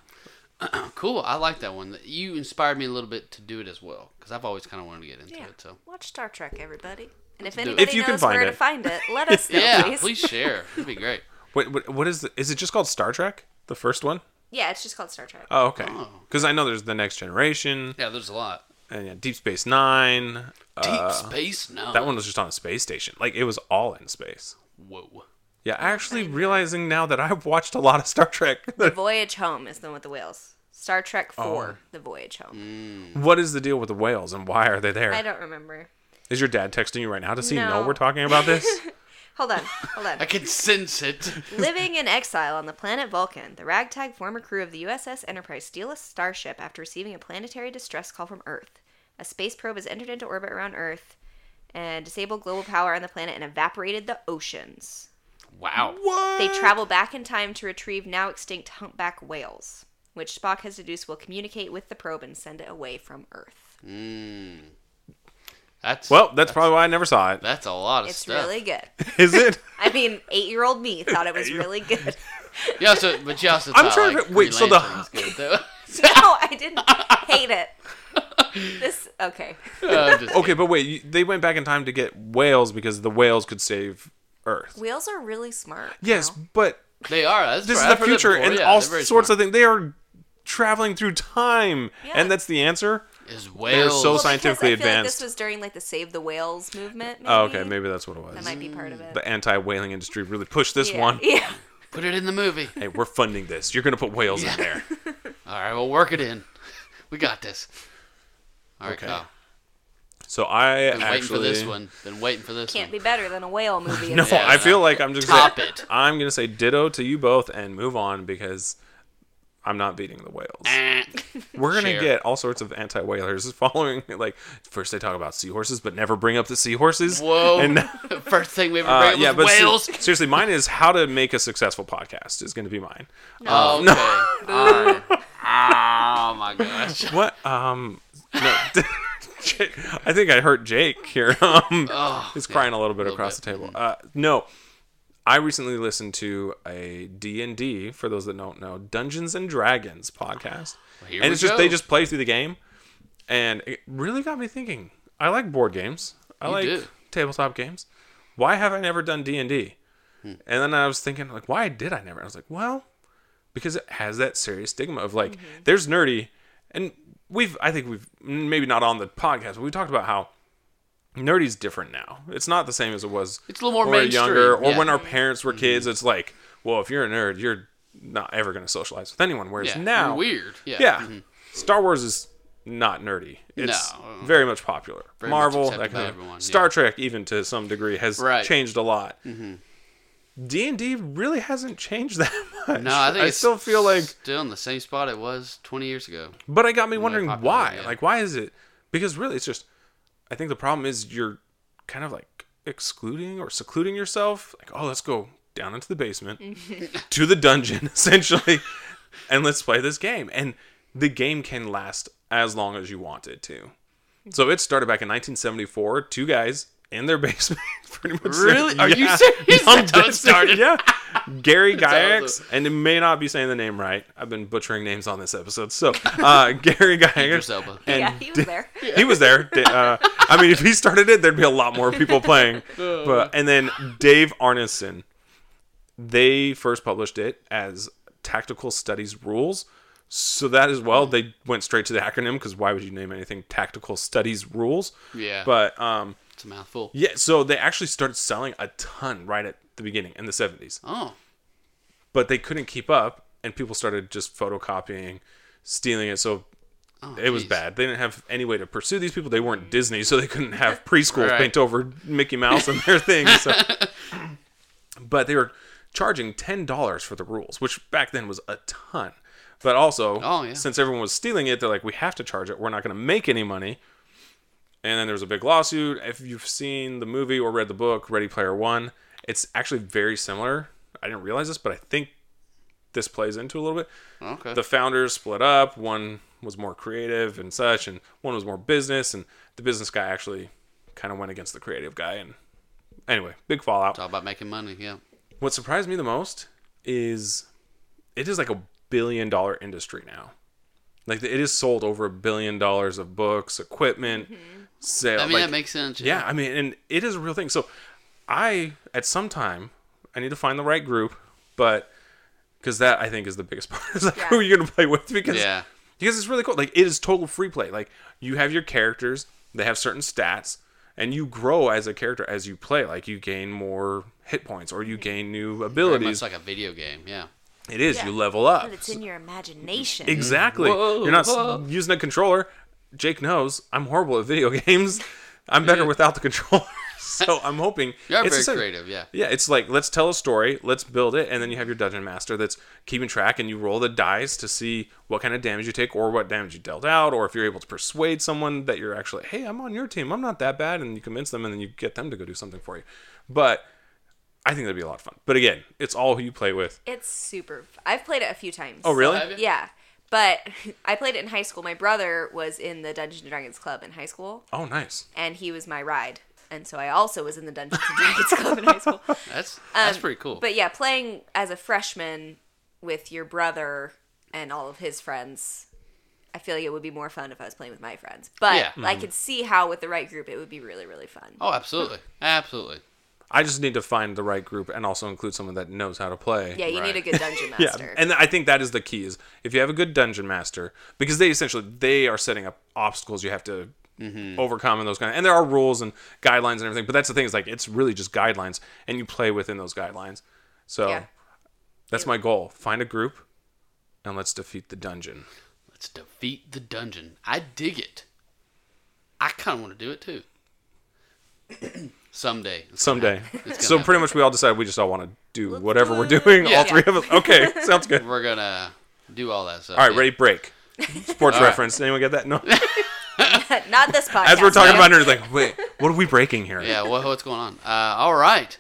Speaker 1: Cool. I like that one. You inspired me a little bit to do it as well because I've always kind of wanted to get into
Speaker 3: Yeah.
Speaker 1: it. So
Speaker 3: Watch Star Trek, everybody. And if
Speaker 1: it.
Speaker 3: anybody
Speaker 2: If you can
Speaker 3: knows
Speaker 2: find
Speaker 3: where
Speaker 2: it.
Speaker 3: to find it, let us know,
Speaker 1: yeah,
Speaker 3: please.
Speaker 1: please share. It'd be great.
Speaker 2: Wait, what, what is the, is it just called Star Trek? The first one?
Speaker 3: Yeah, it's just called Star Trek.
Speaker 2: Oh, okay. Because I know there's the Next Generation
Speaker 1: Yeah, there's a lot.
Speaker 2: and yeah, Deep Space Nine.
Speaker 1: Deep
Speaker 2: Uh,
Speaker 1: space now.
Speaker 2: that one was just on a space station. Like it was all in space.
Speaker 1: Whoa.
Speaker 2: Yeah, actually realizing now that I've watched a lot of Star Trek.
Speaker 3: The Voyage Home is the one with the whales. Star Trek
Speaker 1: Oh.
Speaker 3: 4, The Voyage Home.
Speaker 1: Mm.
Speaker 2: what is the deal with the whales and why are they there?
Speaker 3: I don't remember.
Speaker 2: Is your dad texting you right now? Does he know
Speaker 3: No.
Speaker 2: we're talking about this?
Speaker 3: Hold on, hold
Speaker 1: I
Speaker 3: on.
Speaker 1: can sense it.
Speaker 3: Living in exile on the planet Vulcan, the ragtag former crew of the USS Enterprise steal a starship after receiving a planetary distress call from Earth. A space probe has entered into orbit around Earth and disabled global power on the planet and evaporated the oceans.
Speaker 1: Wow.
Speaker 2: what?
Speaker 3: They travel back in time to retrieve now extinct humpback whales, which Spock has deduced will communicate with the probe and send it away from Earth.
Speaker 1: That's
Speaker 2: well, that's probably why I never saw it.
Speaker 1: that's a lot of
Speaker 3: It's
Speaker 1: stuff.
Speaker 3: really good.
Speaker 2: Is it?
Speaker 3: I mean, eight year old me thought it was really good.
Speaker 1: Yeah, so but you also
Speaker 2: I'm
Speaker 1: thought,
Speaker 2: trying
Speaker 1: like,
Speaker 2: to- wait,
Speaker 1: Green
Speaker 2: so the-
Speaker 1: Lantern was good, though.
Speaker 3: No, I didn't hate it. This okay.
Speaker 1: I'm just
Speaker 2: Okay, but wait, you, they went back in time to get whales because the whales could save Earth.
Speaker 3: Whales are really smart. you
Speaker 2: Yes,
Speaker 3: know?
Speaker 2: but
Speaker 1: kidding. they are. That's
Speaker 2: this
Speaker 1: right.
Speaker 2: is
Speaker 1: I've
Speaker 2: the
Speaker 1: heard that
Speaker 2: future
Speaker 1: before.
Speaker 2: and
Speaker 1: Yeah,
Speaker 2: all
Speaker 1: they're very
Speaker 2: sorts
Speaker 1: smart.
Speaker 2: of things. They are traveling through time,
Speaker 3: Yeah.
Speaker 2: and that's the answer.
Speaker 1: is whales.
Speaker 2: so
Speaker 3: Well, because I
Speaker 2: scientifically
Speaker 3: feel like
Speaker 2: advanced.
Speaker 3: this was during like the save the whales movement. Maybe.
Speaker 2: Oh, okay, maybe that's what it
Speaker 3: that
Speaker 2: was.
Speaker 3: might be part of it.
Speaker 2: The anti-whaling industry really pushed this
Speaker 3: yeah.
Speaker 2: one.
Speaker 3: Yeah.
Speaker 1: Put it in the movie.
Speaker 2: Hey, we're funding this. You're gonna put whales in there.
Speaker 1: All right, we'll work it in. We got this. All right, oh.
Speaker 2: Okay.
Speaker 1: Kyle.
Speaker 2: So I
Speaker 1: Been waiting for
Speaker 2: actually
Speaker 1: this one. Been waiting for this
Speaker 3: Can't
Speaker 1: one.
Speaker 3: be better than a whale movie.
Speaker 2: No,
Speaker 1: Yeah,
Speaker 2: I
Speaker 1: no.
Speaker 2: feel like I'm just
Speaker 1: Top
Speaker 2: gonna,
Speaker 1: it.
Speaker 2: I'm gonna say ditto to you both and move on because I'm not beating the whales.
Speaker 1: Eh.
Speaker 2: We're gonna
Speaker 1: Share.
Speaker 2: get all sorts of anti whalers following. Like first they talk about seahorses, but never bring up the seahorses.
Speaker 1: Whoa.
Speaker 2: And
Speaker 1: First thing we ever
Speaker 2: uh,
Speaker 1: read
Speaker 2: yeah,
Speaker 1: was
Speaker 2: but se-
Speaker 1: whales.
Speaker 2: seriously, mine is how to make a successful podcast is gonna be mine.
Speaker 1: Oh, okay. All right. Oh my gosh.
Speaker 2: What? Um, no, Jake- I think I hurt Jake here. Um,
Speaker 1: Oh,
Speaker 2: he's crying a little bit across
Speaker 1: bit. Mm-hmm.
Speaker 2: the table. Uh, no, I recently listened to a D and D for those that don't know Dungeons and Dragons podcast,
Speaker 1: Oh, here
Speaker 2: and
Speaker 1: we
Speaker 2: it's just they
Speaker 1: go.
Speaker 2: just play through the game, and it really got me thinking. I like board games. I like
Speaker 1: do.
Speaker 2: tabletop games. Why have I never done D and D?
Speaker 1: Hmm.
Speaker 2: And then I was thinking, like, why did I never? I was like, well, because it has that serious stigma of like
Speaker 1: Mm-hmm.
Speaker 2: there's nerdy and we've i think we've maybe not on the podcast but we talked about how nerdy's different now it's not the same as it was
Speaker 1: It's a little more
Speaker 2: when we were
Speaker 1: mainstream,
Speaker 2: younger or
Speaker 1: yeah.
Speaker 2: when our parents were kids it's like well if you're a nerd you're not ever going to socialize with anyone whereas
Speaker 1: Yeah.
Speaker 2: now
Speaker 1: weird. Yeah. Mm-hmm.
Speaker 2: yeah star wars is not nerdy it's
Speaker 1: No.
Speaker 2: very much popular
Speaker 1: Very much
Speaker 2: marvel
Speaker 1: accepted
Speaker 2: that
Speaker 1: by
Speaker 2: kind of
Speaker 1: everyone,
Speaker 2: star
Speaker 1: yeah.
Speaker 2: trek even to some degree has
Speaker 1: Right. Mm-hmm.
Speaker 2: changed a lot d&d really hasn't changed that much
Speaker 1: No, I think
Speaker 2: i
Speaker 1: it's
Speaker 2: still feel like
Speaker 1: still in the same spot it was 20 years ago.
Speaker 2: but it got me wondering
Speaker 1: popular,
Speaker 2: why.
Speaker 1: yeah.
Speaker 2: Like, why is it? Because really, it's just. I think the problem is you're kind of like excluding or secluding yourself. Like, oh, let's go down into the basement, to the dungeon, essentially, and let's play this game. And the game can last as long as you want it to. So it started back in 1974. Two guys in their basement, pretty much. said-
Speaker 1: Really? Are you
Speaker 2: Yeah.
Speaker 1: serious? That's
Speaker 2: I'm
Speaker 1: how it
Speaker 2: dead serious.
Speaker 1: started.
Speaker 2: Yeah. Gary
Speaker 1: how it
Speaker 2: Gygax, and it may not be saying the name right. I've been butchering names on this episode. So, uh, Gary
Speaker 1: Idris
Speaker 2: Gygax,
Speaker 1: Elba.
Speaker 2: and
Speaker 3: yeah, he was there.
Speaker 2: he was there. Da- Uh, I mean, if he started it, there'd be a lot more people playing. But and then Dave Arneson, they first published it as Tactical Studies Rules. So that as well, they went straight to the acronym because why would you name anything Tactical Studies Rules?
Speaker 1: Yeah.
Speaker 2: But um,
Speaker 1: It's a mouthful.
Speaker 2: yeah, so they actually started selling a ton right at the beginning in the seventies
Speaker 1: Oh.
Speaker 2: but they couldn't keep up and people started just photocopying stealing it so it was
Speaker 1: geez.
Speaker 2: bad they didn't have any way to pursue these people they weren't disney so they couldn't have preschool
Speaker 1: Right.
Speaker 2: paint over mickey mouse and their thing so. but they were charging $10 for the rules which back then was a ton but also
Speaker 1: Oh, yeah.
Speaker 2: since everyone was stealing it they're like we have to charge it we're not going to make any money and then there was a big lawsuit. If you've seen the movie or read the book, Ready Player One, it's actually very similar. I didn't realize this, but I think this plays into a little bit.
Speaker 1: Okay.
Speaker 2: The founders split up. One was more creative and such, and one was more business. And the business guy actually kind of went against the creative guy. And anyway, big fallout.
Speaker 1: Talk about making money. Yeah.
Speaker 2: What surprised me the most is it is like a billion dollar industry now. Like it is sold over a billion dollars of books, equipment, sale.
Speaker 1: Mm-hmm. I mean,
Speaker 2: like-
Speaker 1: that makes sense.
Speaker 2: yeah, I mean, and it is a real thing. So, I at some time I need to find the right group, but because that I think is the biggest part. Is like
Speaker 3: Yeah.
Speaker 2: who you're gonna play with because
Speaker 1: Yeah.
Speaker 2: because it's really cool. Like it is total free play. Like you have your characters, they have certain stats, and you grow as a character as you play. Like you gain more hit points or you gain new
Speaker 1: Very
Speaker 2: abilities.
Speaker 1: much like a video game. Yeah.
Speaker 2: it is
Speaker 3: Yeah.
Speaker 2: you level up.
Speaker 3: But it's in your imagination.
Speaker 2: Exactly.
Speaker 1: Whoa,
Speaker 2: You're not s-
Speaker 1: whoa.
Speaker 2: using a controller. Jake knows I'm horrible at video games. I'm better without the controller. so I'm hoping
Speaker 1: You're
Speaker 2: it's
Speaker 1: very
Speaker 2: the same-
Speaker 1: creative. Yeah.
Speaker 2: Yeah, it's like let's tell a story, let's build it, and then you have your dungeon master that's keeping track, and you roll the dice to see what kind of damage you take, or what damage you dealt out, or if you're able to persuade someone that you're actually, hey, I'm on your team, I'm not that bad, and you convince them, and then you get them to go do something for you. But I think that'd be a lot of fun. But again, it's all who you play with.
Speaker 3: It's super. I've played it a few times.
Speaker 2: Oh, really?
Speaker 1: Have you?
Speaker 3: Yeah. But I played it in high school. My brother was in the Dungeons and Dragons Club in high school,
Speaker 2: Oh, nice.
Speaker 3: and he was my ride. And so I also was in the Dungeons and Dragons Club in high school.
Speaker 1: That's that's
Speaker 3: Um,
Speaker 1: pretty cool.
Speaker 3: But yeah, playing as a freshman with your brother and all of his friends, I feel like it would be more fun if I was playing with my friends. But
Speaker 1: Yeah.
Speaker 3: I
Speaker 2: Mm-hmm.
Speaker 3: could see how with the right group it would be really, really fun.
Speaker 1: oh, absolutely. Absolutely.
Speaker 2: I just need to find the right group and also include someone that knows how to play.
Speaker 3: yeah, you
Speaker 1: right.
Speaker 3: need a good dungeon
Speaker 2: Yeah,
Speaker 3: master.
Speaker 2: and I think that is the key is if you have a good dungeon master because they essentially they are setting up obstacles you have to
Speaker 1: Mm-hmm.
Speaker 2: overcome and those kind of and there are rules and guidelines and everything but that's the thing is like it's really just guidelines and you play within those guidelines so
Speaker 3: Yeah.
Speaker 2: that's my goal find a group and let's defeat the dungeon
Speaker 1: Let's defeat the dungeon. I dig it. I kind of want to do it too. Someday.
Speaker 2: someday
Speaker 1: gonna
Speaker 2: so pretty much we all decide we just all want to do whatever we're doing all
Speaker 1: Yeah.
Speaker 2: three of us okay sounds good
Speaker 1: We're gonna do all that stuff.
Speaker 2: All right,
Speaker 1: yeah.
Speaker 2: ready? Break. Sports
Speaker 1: All right.
Speaker 2: reference. Anyone get that? No.
Speaker 3: Not this podcast.
Speaker 2: As we're talking about
Speaker 3: man.
Speaker 2: nerds, like, wait, what are we breaking here?
Speaker 1: Yeah, what, what's going on? Uh, all right.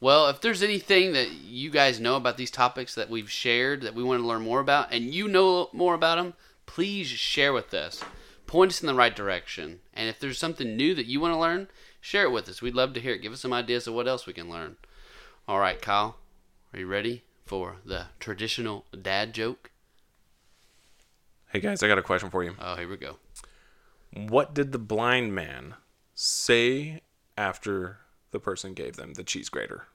Speaker 1: Well, if there's anything that you guys know about these topics that we've shared that we want to learn more about, and you know more about them, please share with us. Point us in the right direction. And if there's something new that you want to learn, share it with us. We'd love to hear it. Give us some ideas of what else we can learn. All right, Kyle, are you ready for the traditional dad joke?
Speaker 2: Hey guys, I got a question for you.
Speaker 1: Oh, here we go.
Speaker 2: What did the blind man say after the person gave them the cheese grater?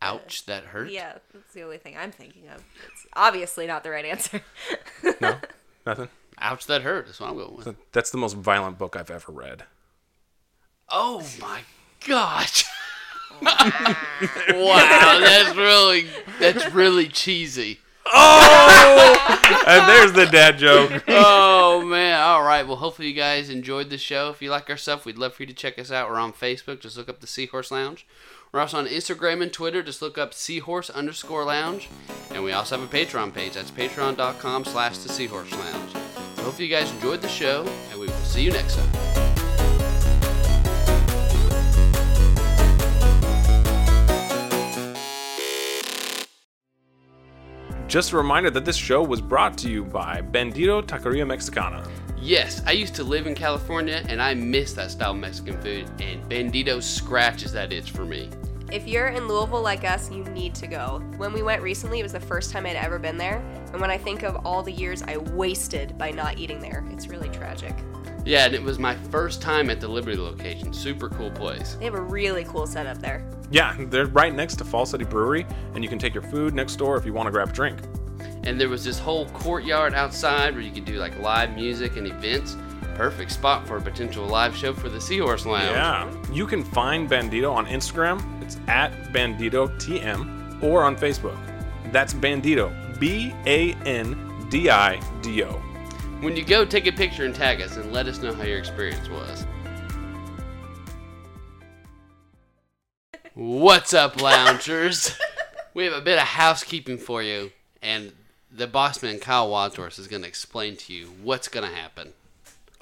Speaker 1: Ouch, that hurt.
Speaker 3: Yeah, that's the only thing I'm thinking of. It's obviously not the right answer.
Speaker 2: No, nothing.
Speaker 1: Ouch, that hurt. That's what I'm going with.
Speaker 2: That's the most violent book I've ever read.
Speaker 1: Oh my gosh. wow, that's really that's really cheesy.
Speaker 2: and there's the dad joke.
Speaker 1: Oh man. All right. Well, hopefully you guys enjoyed the show. If you like our stuff, we'd love for you to check us out. We're on Facebook. Just look up the Seahorse Lounge. We're also on Instagram and Twitter. Just look up Seahorse underscore Lounge. And we also have a Patreon page. That's patreon.com slash the Seahorse Lounge. So hopefully you guys enjoyed the show, and we will see you next time.
Speaker 2: Just a reminder that this show was brought to you by Bendito Taqueria Mexicana.
Speaker 1: Yes, I used to live in California and I miss that style of Mexican food, and Bandito scratches that itch for me.
Speaker 3: If you're in Louisville like us, you need to go. When we went recently, it was the first time I'd ever been there. And when I think of all the years I wasted by not eating there, it's really tragic.
Speaker 1: Yeah, and it was my first time at the Liberty location. Super cool place.
Speaker 3: They have a really cool setup there.
Speaker 2: Yeah, they're right next to Fall City Brewery, and you can take your food next door if you want to grab a drink.
Speaker 1: And there was this whole courtyard outside where you could do like live music and events. Perfect spot for a potential live show for the Seahorse Lounge.
Speaker 2: Yeah. You can find Bandito on Instagram. It's at Bandito TM or on Facebook. That's Bandito. B A N D I D O.
Speaker 1: When you go, take a picture and tag us and let us know how your experience was. What's up, loungers? we have a bit of housekeeping for you, and the boss man, Kyle Wadsworth, is going to explain to you what's going to happen.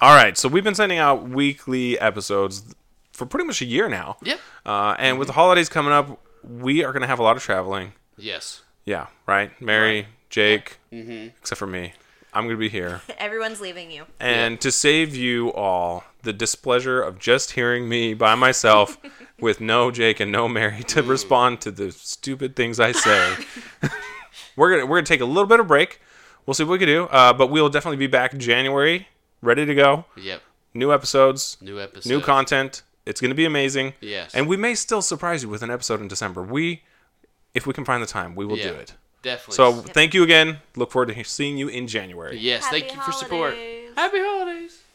Speaker 2: All right. So we've been sending out weekly episodes for pretty much a year now.
Speaker 1: Yep.
Speaker 2: Uh, and with the holidays coming up, we are going to have a lot of traveling.
Speaker 1: Yes.
Speaker 2: Yeah. Right. Mary, Jake, except for me. I'm going to be here.
Speaker 3: Everyone's leaving you.
Speaker 2: And to save you all the displeasure of just hearing me by myself with no Jake and no Mary to respond to the stupid things I say, we're going to we're gonna take a little bit of break. We'll see what we can do. Uh, but we'll definitely be back January, ready to go.
Speaker 1: Yep.
Speaker 2: New episodes,
Speaker 1: New episode.
Speaker 2: new content. It's going to be amazing.
Speaker 1: Yes.
Speaker 2: And we may still surprise you with an episode in December. We, if we can find the time, we will
Speaker 1: Yeah,
Speaker 2: do it.
Speaker 1: Definitely.
Speaker 2: So thank you again. Look forward to he- seeing you in January.
Speaker 1: yes,
Speaker 3: Happy
Speaker 1: thank you for support.
Speaker 3: holidays.
Speaker 1: Happy holidays.